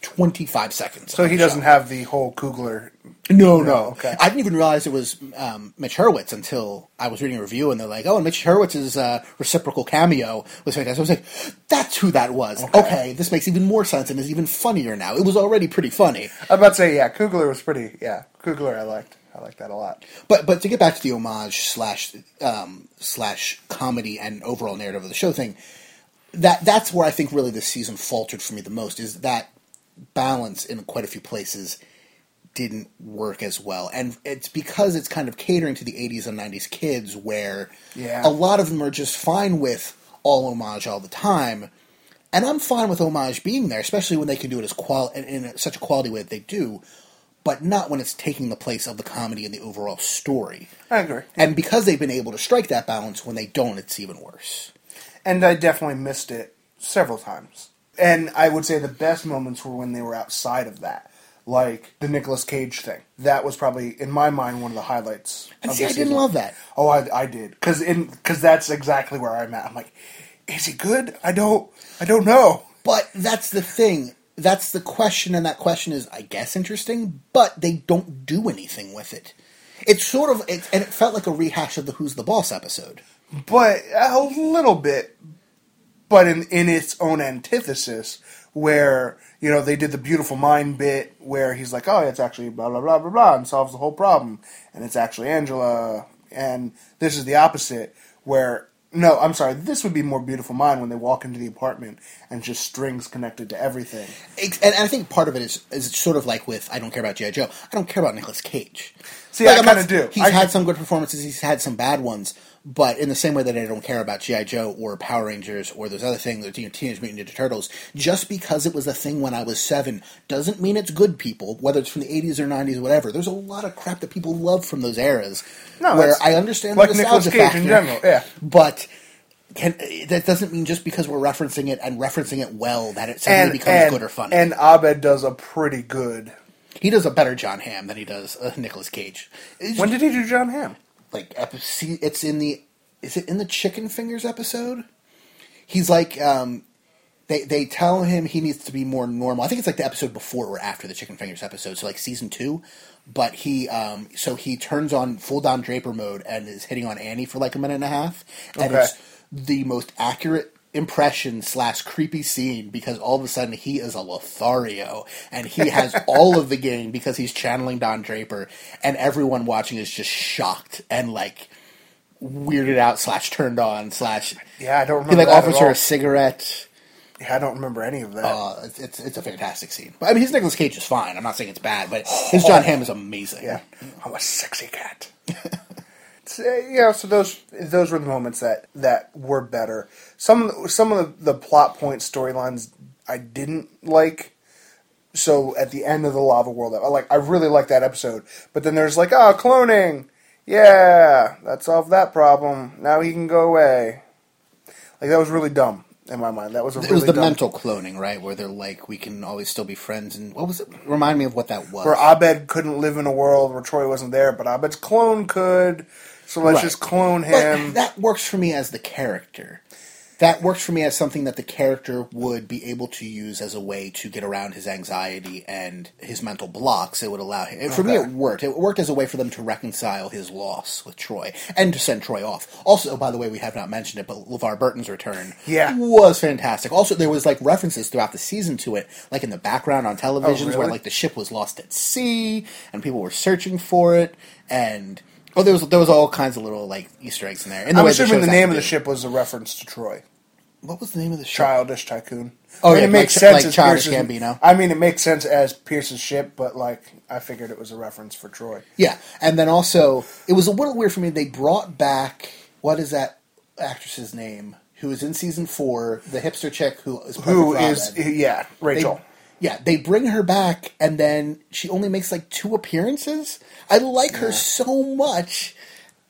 [SPEAKER 6] twenty five seconds.
[SPEAKER 8] So
[SPEAKER 6] on
[SPEAKER 8] he
[SPEAKER 6] the
[SPEAKER 8] doesn't
[SPEAKER 6] show.
[SPEAKER 8] have the whole Kugler.
[SPEAKER 6] No, no.
[SPEAKER 8] okay.
[SPEAKER 6] I didn't even realize it was um, Mitch Hurwitz until I was reading a review, and they're like, "Oh, and Mitch Hurwitz's uh, reciprocal cameo was fantastic." I was like, "That's who that was." Okay. this makes even more sense and is even funnier now. It was already pretty funny,
[SPEAKER 8] I'm about to say yeah. Kugler was pretty. Yeah, Kugler. I liked. I liked that a lot.
[SPEAKER 6] but but to get back to the homage slash um, slash comedy and overall narrative of the show thing, that that's where I think really this season faltered for me the most is that balance in quite a few places didn't work as well. And it's because it's kind of catering to the 80s and 90s kids where
[SPEAKER 8] Yeah.
[SPEAKER 6] a lot of them are just fine with all homage all the time. And I'm fine with homage being there, especially when they can do it as qual in, in such a quality way that they do, but not when it's taking the place of the comedy and the overall story.
[SPEAKER 8] I agree.
[SPEAKER 6] And because they've been able to strike that balance, when they don't, it's even worse.
[SPEAKER 8] and I definitely missed it several times. And I would say the best moments were when they were outside of that, like the Nicolas Cage thing. That was probably, in my mind, one of the highlights.
[SPEAKER 6] And
[SPEAKER 8] of
[SPEAKER 6] see,
[SPEAKER 8] the
[SPEAKER 6] I didn't
[SPEAKER 8] season.
[SPEAKER 6] love that.
[SPEAKER 8] Oh, I, I did, because because that's exactly where I'm at. I'm like, is he good? I don't, I don't know.
[SPEAKER 6] But that's the thing. That's the question, and that question is, I guess, interesting. But they don't do anything with it. It's sort of, it, and it felt like a rehash of the "Who's the Boss" episode.
[SPEAKER 8] but a little bit, but in in its own antithesis, where you know they did the beautiful mind bit where he's like, oh, it's actually blah blah blah blah blah, and solves the whole problem, and it's actually Angela, and this is the opposite where. No, I'm sorry. This would be more beautiful mind when they walk into the apartment and just strings connected to everything.
[SPEAKER 6] It's- And and I think part of it is is sort of like with I don't care about GI Joe. I don't care about Nicolas Cage.
[SPEAKER 8] See, I
[SPEAKER 6] I'm not-
[SPEAKER 8] kinda do.
[SPEAKER 6] He's
[SPEAKER 8] I-
[SPEAKER 6] had some good performances. He's had some bad ones. But in the same way that I don't care about GI Joe or Power Rangers or those other things, or you know, Teenage Mutant Ninja Turtles, just because it was a thing when I was seven doesn't mean it's good. People, whether it's from the '80s or '90s, whatever. There's a lot of crap that people love from those eras.
[SPEAKER 8] No,
[SPEAKER 6] where
[SPEAKER 8] that's-
[SPEAKER 6] I understand
[SPEAKER 8] like
[SPEAKER 6] the
[SPEAKER 8] Nicolas
[SPEAKER 6] nostalgia
[SPEAKER 8] Cage
[SPEAKER 6] factor,
[SPEAKER 8] in general, yeah.
[SPEAKER 6] But can, that doesn't mean just because we're referencing it and referencing it well that it suddenly becomes good or funny.
[SPEAKER 8] and Abed does a pretty good.
[SPEAKER 6] He does a better John Hamm than he does uh, Nicolas Cage. It's
[SPEAKER 8] When did he do John Hamm?
[SPEAKER 6] like epi- see, it's in the is it in the Chicken Fingers episode? He's like um, they they tell him he needs to be more normal. I think it's like the episode before or after the Chicken Fingers episode, so like season two. But he um, so he turns on full Don Draper mode and is hitting on Annie for like a minute and a half, and
[SPEAKER 8] Okay.
[SPEAKER 6] it's the most accurate impression slash creepy scene because all of a sudden he is a Lothario and he has all of the game because he's channeling Don Draper and everyone watching is just shocked and like weirded out slash turned on slash
[SPEAKER 8] Yeah, I don't
[SPEAKER 6] he
[SPEAKER 8] remember.
[SPEAKER 6] like
[SPEAKER 8] that at
[SPEAKER 6] offers her
[SPEAKER 8] all.
[SPEAKER 6] a cigarette.
[SPEAKER 8] Yeah, I don't remember any of that.
[SPEAKER 6] Uh, it's, it's it's a fantastic scene. But I mean his Nicolas Cage is fine. I'm not saying it's bad, but his John Hamm is amazing.
[SPEAKER 8] Oh. Yeah, I'm a sexy cat. so, you know, so those those were the moments that that were better. Some some of the, the plot point storylines I didn't like. So at the end of the Lava World, I like I really like that episode. But then there's like, oh, cloning. Yeah, that solved that problem. Now he can go away. Like that was really dumb in my mind. That was a
[SPEAKER 6] It
[SPEAKER 8] really
[SPEAKER 6] was the
[SPEAKER 8] dumb
[SPEAKER 6] mental cloning, right? Where they're like, we can always still be friends. And what was it? Remind me of what that was.
[SPEAKER 8] where Abed couldn't live in a world where Troy wasn't there, but Abed's clone could. So let's
[SPEAKER 6] Right.
[SPEAKER 8] just clone
[SPEAKER 6] But
[SPEAKER 8] him.
[SPEAKER 6] that works for me as the character. That works for me as something that the character would be able to use as a way to get around his anxiety and his mental blocks. It would allow him. For me,
[SPEAKER 8] Okay.
[SPEAKER 6] it worked. It worked as a way for them to reconcile his loss with Troy and to send Troy off. Also, by the way, we have not mentioned it, but LeVar Burton's return
[SPEAKER 8] Yeah.
[SPEAKER 6] was fantastic. Also, there was like references throughout the season to it, like in the background on televisions where
[SPEAKER 8] Oh, really?
[SPEAKER 6] like the ship was lost at sea and people were searching for it and oh there was there was all kinds of little like Easter eggs in there. And
[SPEAKER 8] I'm
[SPEAKER 6] way
[SPEAKER 8] assuming
[SPEAKER 6] show's
[SPEAKER 8] the name of
[SPEAKER 6] actually
[SPEAKER 8] the ship was a reference to Troy.
[SPEAKER 6] built. What was the name of the ship?
[SPEAKER 8] Childish Tycoon.
[SPEAKER 6] Oh,
[SPEAKER 8] I mean,
[SPEAKER 6] yeah,
[SPEAKER 8] it
[SPEAKER 6] like
[SPEAKER 8] makes
[SPEAKER 6] Ch-
[SPEAKER 8] sense
[SPEAKER 6] like
[SPEAKER 8] as
[SPEAKER 6] Childish
[SPEAKER 8] Pierce's,
[SPEAKER 6] Gambino.
[SPEAKER 8] I mean, it makes sense as Pierce's ship, but like I figured it was a reference for Troy.
[SPEAKER 6] Yeah, and then also it was a little weird for me. They brought back what is that actress's name? who is in season four, the hipster chick who is
[SPEAKER 8] Who
[SPEAKER 6] Project
[SPEAKER 8] is
[SPEAKER 6] Robin.
[SPEAKER 8] yeah,
[SPEAKER 6] They-
[SPEAKER 8] Rachel.
[SPEAKER 6] yeah, they bring her back, and then she only makes like two appearances. I like her so much,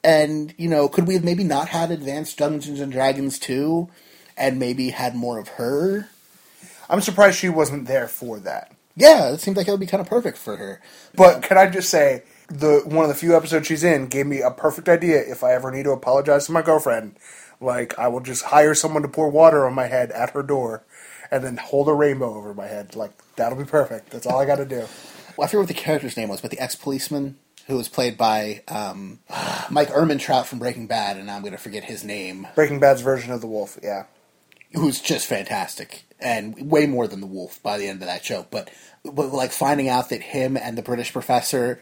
[SPEAKER 6] and you know, could we have maybe not had Advanced Dungeons and Dragons two, and maybe had more of her?
[SPEAKER 8] I'm surprised she wasn't there for that.
[SPEAKER 6] Yeah, it seemed like that would be kind of perfect for her.
[SPEAKER 8] But can I just say the one of the few episodes she's in gave me a perfect idea if I ever need to apologize to my girlfriend. Like I will just hire someone to pour water on my head at her door and then hold a rainbow over my head. Like that'll be perfect. That's all I gotta do.
[SPEAKER 6] Well, I forget what the character's name was, but the ex policeman who was played by um, Mike Ehrmantraut from Breaking Bad, and I'm going to forget his name,
[SPEAKER 8] Breaking Bad's version of the wolf, yeah.
[SPEAKER 6] who's just fantastic and way more than the wolf by the end of that show. But, but like finding out that him and the British professor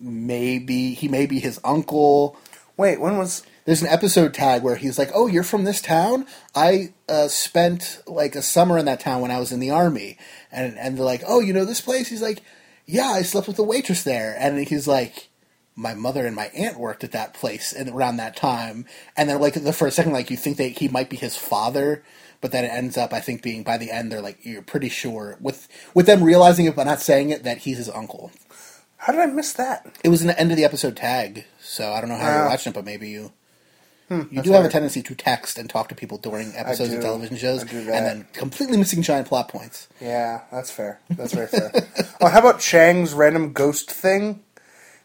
[SPEAKER 6] maybe he may be his uncle.
[SPEAKER 8] Wait, when was
[SPEAKER 6] There's an episode tag where he's like, "Oh, you're from this town? I uh, spent like a summer in that town when I was in the army." And and they're like, "Oh, you know this place?" He's like, "Yeah, I slept with a waitress there." And he's like, "My mother and my aunt worked at that place and around that time." And they're like, the first second, like you think that he might be his father, but then it ends up, I think, being by the end, they're like, "You're pretty sure with with them realizing it but not saying it that he's his uncle."
[SPEAKER 8] how did I miss that?
[SPEAKER 6] It was in the end of the episode tag, so I don't know how you're
[SPEAKER 8] Ah. Hmm,
[SPEAKER 6] watching it, but maybe you. you do have a tendency to text and talk to people during episodes
[SPEAKER 8] do.
[SPEAKER 6] of television shows,
[SPEAKER 8] I do
[SPEAKER 6] and
[SPEAKER 8] that.
[SPEAKER 6] then completely missing giant plot points.
[SPEAKER 8] Yeah, that's fair. That's very fair. oh, how about Chang's random ghost thing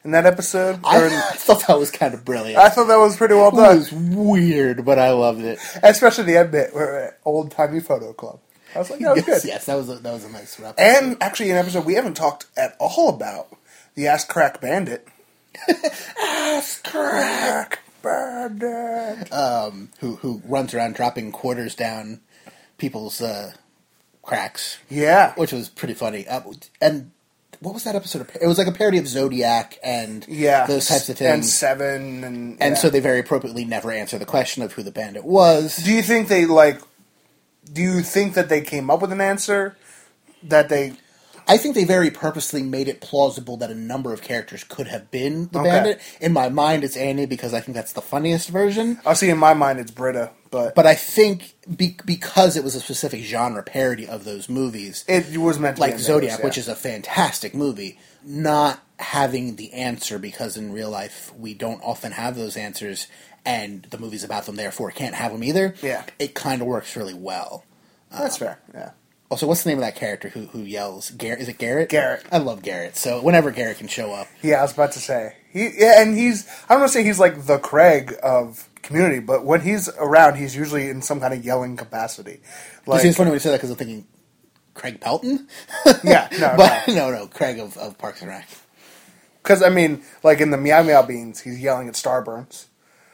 [SPEAKER 8] in that episode?
[SPEAKER 6] I,
[SPEAKER 8] Or in-
[SPEAKER 6] I thought that was kind of brilliant.
[SPEAKER 8] I thought that was pretty well
[SPEAKER 6] it
[SPEAKER 8] done.
[SPEAKER 6] was weird, but I loved it.
[SPEAKER 8] Especially the end bit where old timey photo club. I was like, that was
[SPEAKER 6] yes,
[SPEAKER 8] good.
[SPEAKER 6] yes, that was a, that was a nice wrap.
[SPEAKER 8] And actually, an episode we haven't talked at all about the Ass Crack Bandit. Ass Crack Bandit.
[SPEAKER 6] Um, who who runs around dropping quarters down people's uh, cracks,
[SPEAKER 8] yeah.
[SPEAKER 6] which was pretty funny. Uh, and what was that episode? Of, it was like a parody of Zodiac and
[SPEAKER 8] Yeah.
[SPEAKER 6] those types of things.
[SPEAKER 8] And Seven. And,
[SPEAKER 6] And
[SPEAKER 8] yeah.
[SPEAKER 6] so they very appropriately never answer the question of who the bandit was.
[SPEAKER 8] Do you think they, like, do you think that they came up with an answer? That they.
[SPEAKER 6] I think they very purposely made it plausible that a number of characters could have been the
[SPEAKER 8] Okay.
[SPEAKER 6] bandit. In my mind, it's Andy because I think that's the funniest version.
[SPEAKER 8] I see in my mind it's Britta, but,
[SPEAKER 6] But I think be- because it was a specific genre parody of those movies,
[SPEAKER 8] it was meant to be
[SPEAKER 6] like
[SPEAKER 8] in
[SPEAKER 6] Zodiac,
[SPEAKER 8] those, yeah.
[SPEAKER 6] which is a fantastic movie, not having the answer because in real life we don't often have those answers, and the movies about them therefore can't have them either.
[SPEAKER 8] Yeah.
[SPEAKER 6] it kind of works really well.
[SPEAKER 8] That's fair, yeah.
[SPEAKER 6] Also, what's the name of that character who who yells? Garrett? Is it Garrett?
[SPEAKER 8] Garrett.
[SPEAKER 6] I love Garrett. So whenever Garrett can show up,
[SPEAKER 8] Yeah, I was about to say. He yeah, and he's I don't want to say he's like the Craig of community, but when he's around, he's usually in some kind of yelling capacity.
[SPEAKER 6] It's
[SPEAKER 8] Like
[SPEAKER 6] it's funny when you say that because I'm thinking Craig Pelton,
[SPEAKER 8] yeah, no,
[SPEAKER 6] but no, no, Craig of, of Parks and Rec,
[SPEAKER 8] because I mean, like in the Meow Meow Beans, he's yelling at Starburns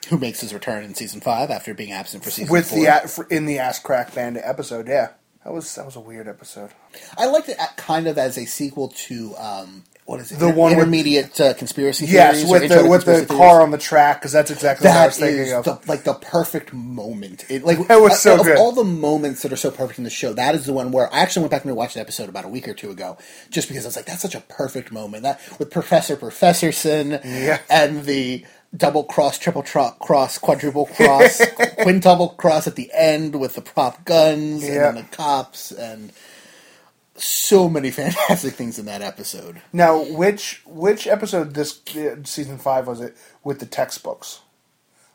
[SPEAKER 6] who makes his return in season five after being absent for season
[SPEAKER 8] with
[SPEAKER 6] four.
[SPEAKER 8] the a- for- in the Ass Crack Bandit episode. Yeah, that was that was a weird episode.
[SPEAKER 6] I liked it at- kind of as a sequel to um, what is it?
[SPEAKER 8] The one with-
[SPEAKER 6] intermediate uh, conspiracy.
[SPEAKER 8] Yes,
[SPEAKER 6] theories or
[SPEAKER 8] with
[SPEAKER 6] intro
[SPEAKER 8] the
[SPEAKER 6] to
[SPEAKER 8] with the
[SPEAKER 6] conspiracy
[SPEAKER 8] car
[SPEAKER 6] theories.
[SPEAKER 8] on the track because that's exactly what I
[SPEAKER 6] That
[SPEAKER 8] was thinking
[SPEAKER 6] is
[SPEAKER 8] of.
[SPEAKER 6] the, like the perfect moment. It, like
[SPEAKER 8] That was
[SPEAKER 6] uh,
[SPEAKER 8] so
[SPEAKER 6] of
[SPEAKER 8] good.
[SPEAKER 6] all the moments that are so perfect in the show, that is the one where I actually went back and rewatched an episode about a week or two ago, just because I was like, that's such a perfect moment. That with Professor Professorson
[SPEAKER 8] Yeah.
[SPEAKER 6] and the double cross, triple tro- cross, quadruple cross, quintuple cross at the end with the prop guns
[SPEAKER 8] Yeah.
[SPEAKER 6] and then the cops and so many fantastic things in that episode.
[SPEAKER 8] now, which which episode this uh, season five was it with the textbooks?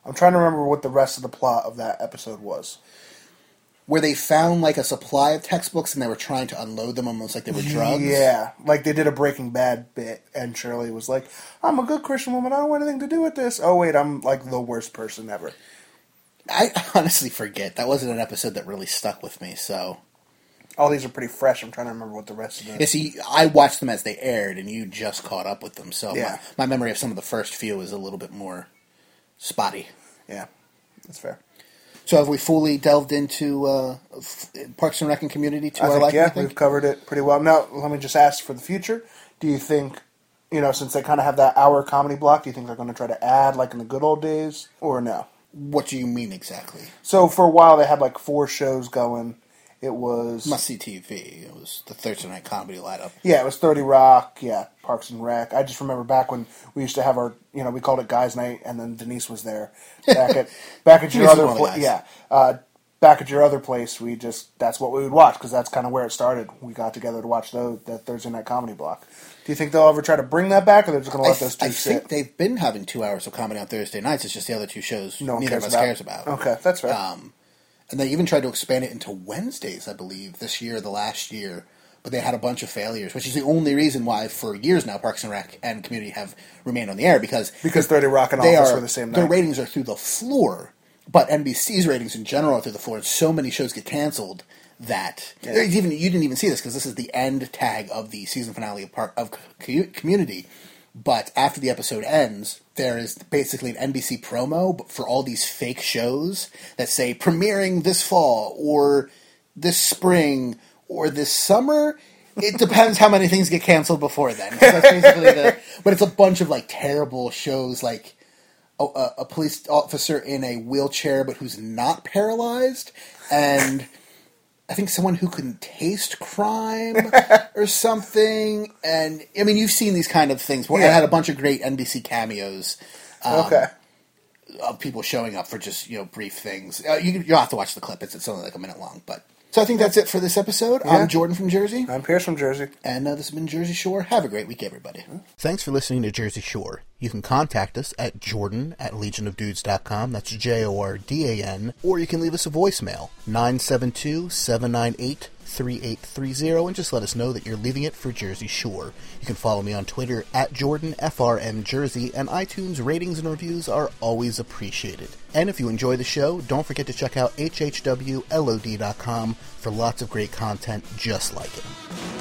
[SPEAKER 8] I'm trying to remember what the rest of the plot of that episode was.
[SPEAKER 6] Where they found like a supply of textbooks and they were trying to unload them almost like they were drugs.
[SPEAKER 8] Yeah, like they did a Breaking Bad bit, and Shirley was like, "I'm a good Christian woman. I don't want anything to do with this." Oh wait, I'm like the worst person ever.
[SPEAKER 6] I honestly forget. That wasn't an episode that really stuck with me. So,
[SPEAKER 8] All these are pretty fresh. I'm trying to remember what the rest of them.
[SPEAKER 6] you see, I watched them as they aired, and you just caught up with them. So,
[SPEAKER 8] Yeah.
[SPEAKER 6] my, my memory of some of the first few is a little bit more spotty.
[SPEAKER 8] Yeah, that's fair.
[SPEAKER 6] So, have we fully delved into uh, f- Parks and Rec and Community to
[SPEAKER 8] I
[SPEAKER 6] our
[SPEAKER 8] think
[SPEAKER 6] liking?
[SPEAKER 8] yeah,
[SPEAKER 6] I think?
[SPEAKER 8] we've covered it pretty well. Now let me just ask for the future. Do you think, you know, since they kind of have that hour comedy block, do you think they're going to try to add like in the good old days, or no?
[SPEAKER 6] What do you mean exactly?
[SPEAKER 8] So for a while they had like four shows going. It was
[SPEAKER 6] Must see TV. It was the Thursday night comedy lineup.
[SPEAKER 8] Yeah, it was Thirty Rock. Yeah, Parks and Rec. I just remember back when we used to have our, you know, we called it Guys Night, and then Denise was there back at back at your
[SPEAKER 6] Denise was
[SPEAKER 8] other
[SPEAKER 6] one of the
[SPEAKER 8] pla-
[SPEAKER 6] guys.
[SPEAKER 8] yeah. Uh, back at your other place, we just that's what we would watch because that's kind of where it started. We got together to watch those that Thursday night comedy block. Do you think they'll ever try to bring that back, or they're just going to
[SPEAKER 6] I,
[SPEAKER 8] let
[SPEAKER 6] th-
[SPEAKER 8] those two
[SPEAKER 6] I
[SPEAKER 8] sit?
[SPEAKER 6] think they've been having two hours of comedy on Thursday nights. It's just the other two shows
[SPEAKER 8] No one
[SPEAKER 6] neither
[SPEAKER 8] cares
[SPEAKER 6] of us
[SPEAKER 8] about.
[SPEAKER 6] cares about.
[SPEAKER 8] Okay, that's fair.
[SPEAKER 6] Um, and they even tried to expand it into Wednesdays, I believe, this year, the last year. But they had a bunch of failures, which is the only reason why, for years now, Parks and Rec and Community have remained on the air because
[SPEAKER 8] because Thirty Rock and
[SPEAKER 6] they
[SPEAKER 8] Office
[SPEAKER 6] are
[SPEAKER 8] were the same
[SPEAKER 6] their
[SPEAKER 8] night.
[SPEAKER 6] ratings are through the floor, but NBC's ratings in general are through the floor. So many shows get canceled that there's even you didn't even see this because this is the end tag of the season finale of, part, of Co- Community. But after the episode ends, there is basically an NBC promo but for all these fake shows that say premiering this fall or this spring or this summer. It depends how many things get canceled before then. So that's basically the, but it's a bunch of like terrible shows, like a, a, a police officer in a wheelchair but who's not paralyzed, and I think someone who can taste crime or something. And I mean, you've seen these kind of things. Where I
[SPEAKER 8] Yeah.
[SPEAKER 6] had a bunch of great NBC cameos
[SPEAKER 8] okay,
[SPEAKER 6] of people showing up for just you know brief things. Uh, you, you'll have to watch the clip. It's, it's only like a minute long, but. So I think that's it for this episode.
[SPEAKER 8] Yeah.
[SPEAKER 6] I'm Jordan from Jersey.
[SPEAKER 8] I'm Pierce from Jersey.
[SPEAKER 6] And uh, this has been Jersey Shore. Have a great week, everybody. Hmm? Thanks for listening to Jersey Shore. You can contact us at jordan at legionofdudes.com. That's J O R D A N. Or you can leave us a voicemail, 972 798 3830, and just let us know that you're leaving it for Jersey Shore. You can follow me on Twitter at Jordan FRM Jersey, and iTunes ratings and reviews are always appreciated. And if you enjoy the show, don't forget to check out hhwlod.com for lots of great content just like it.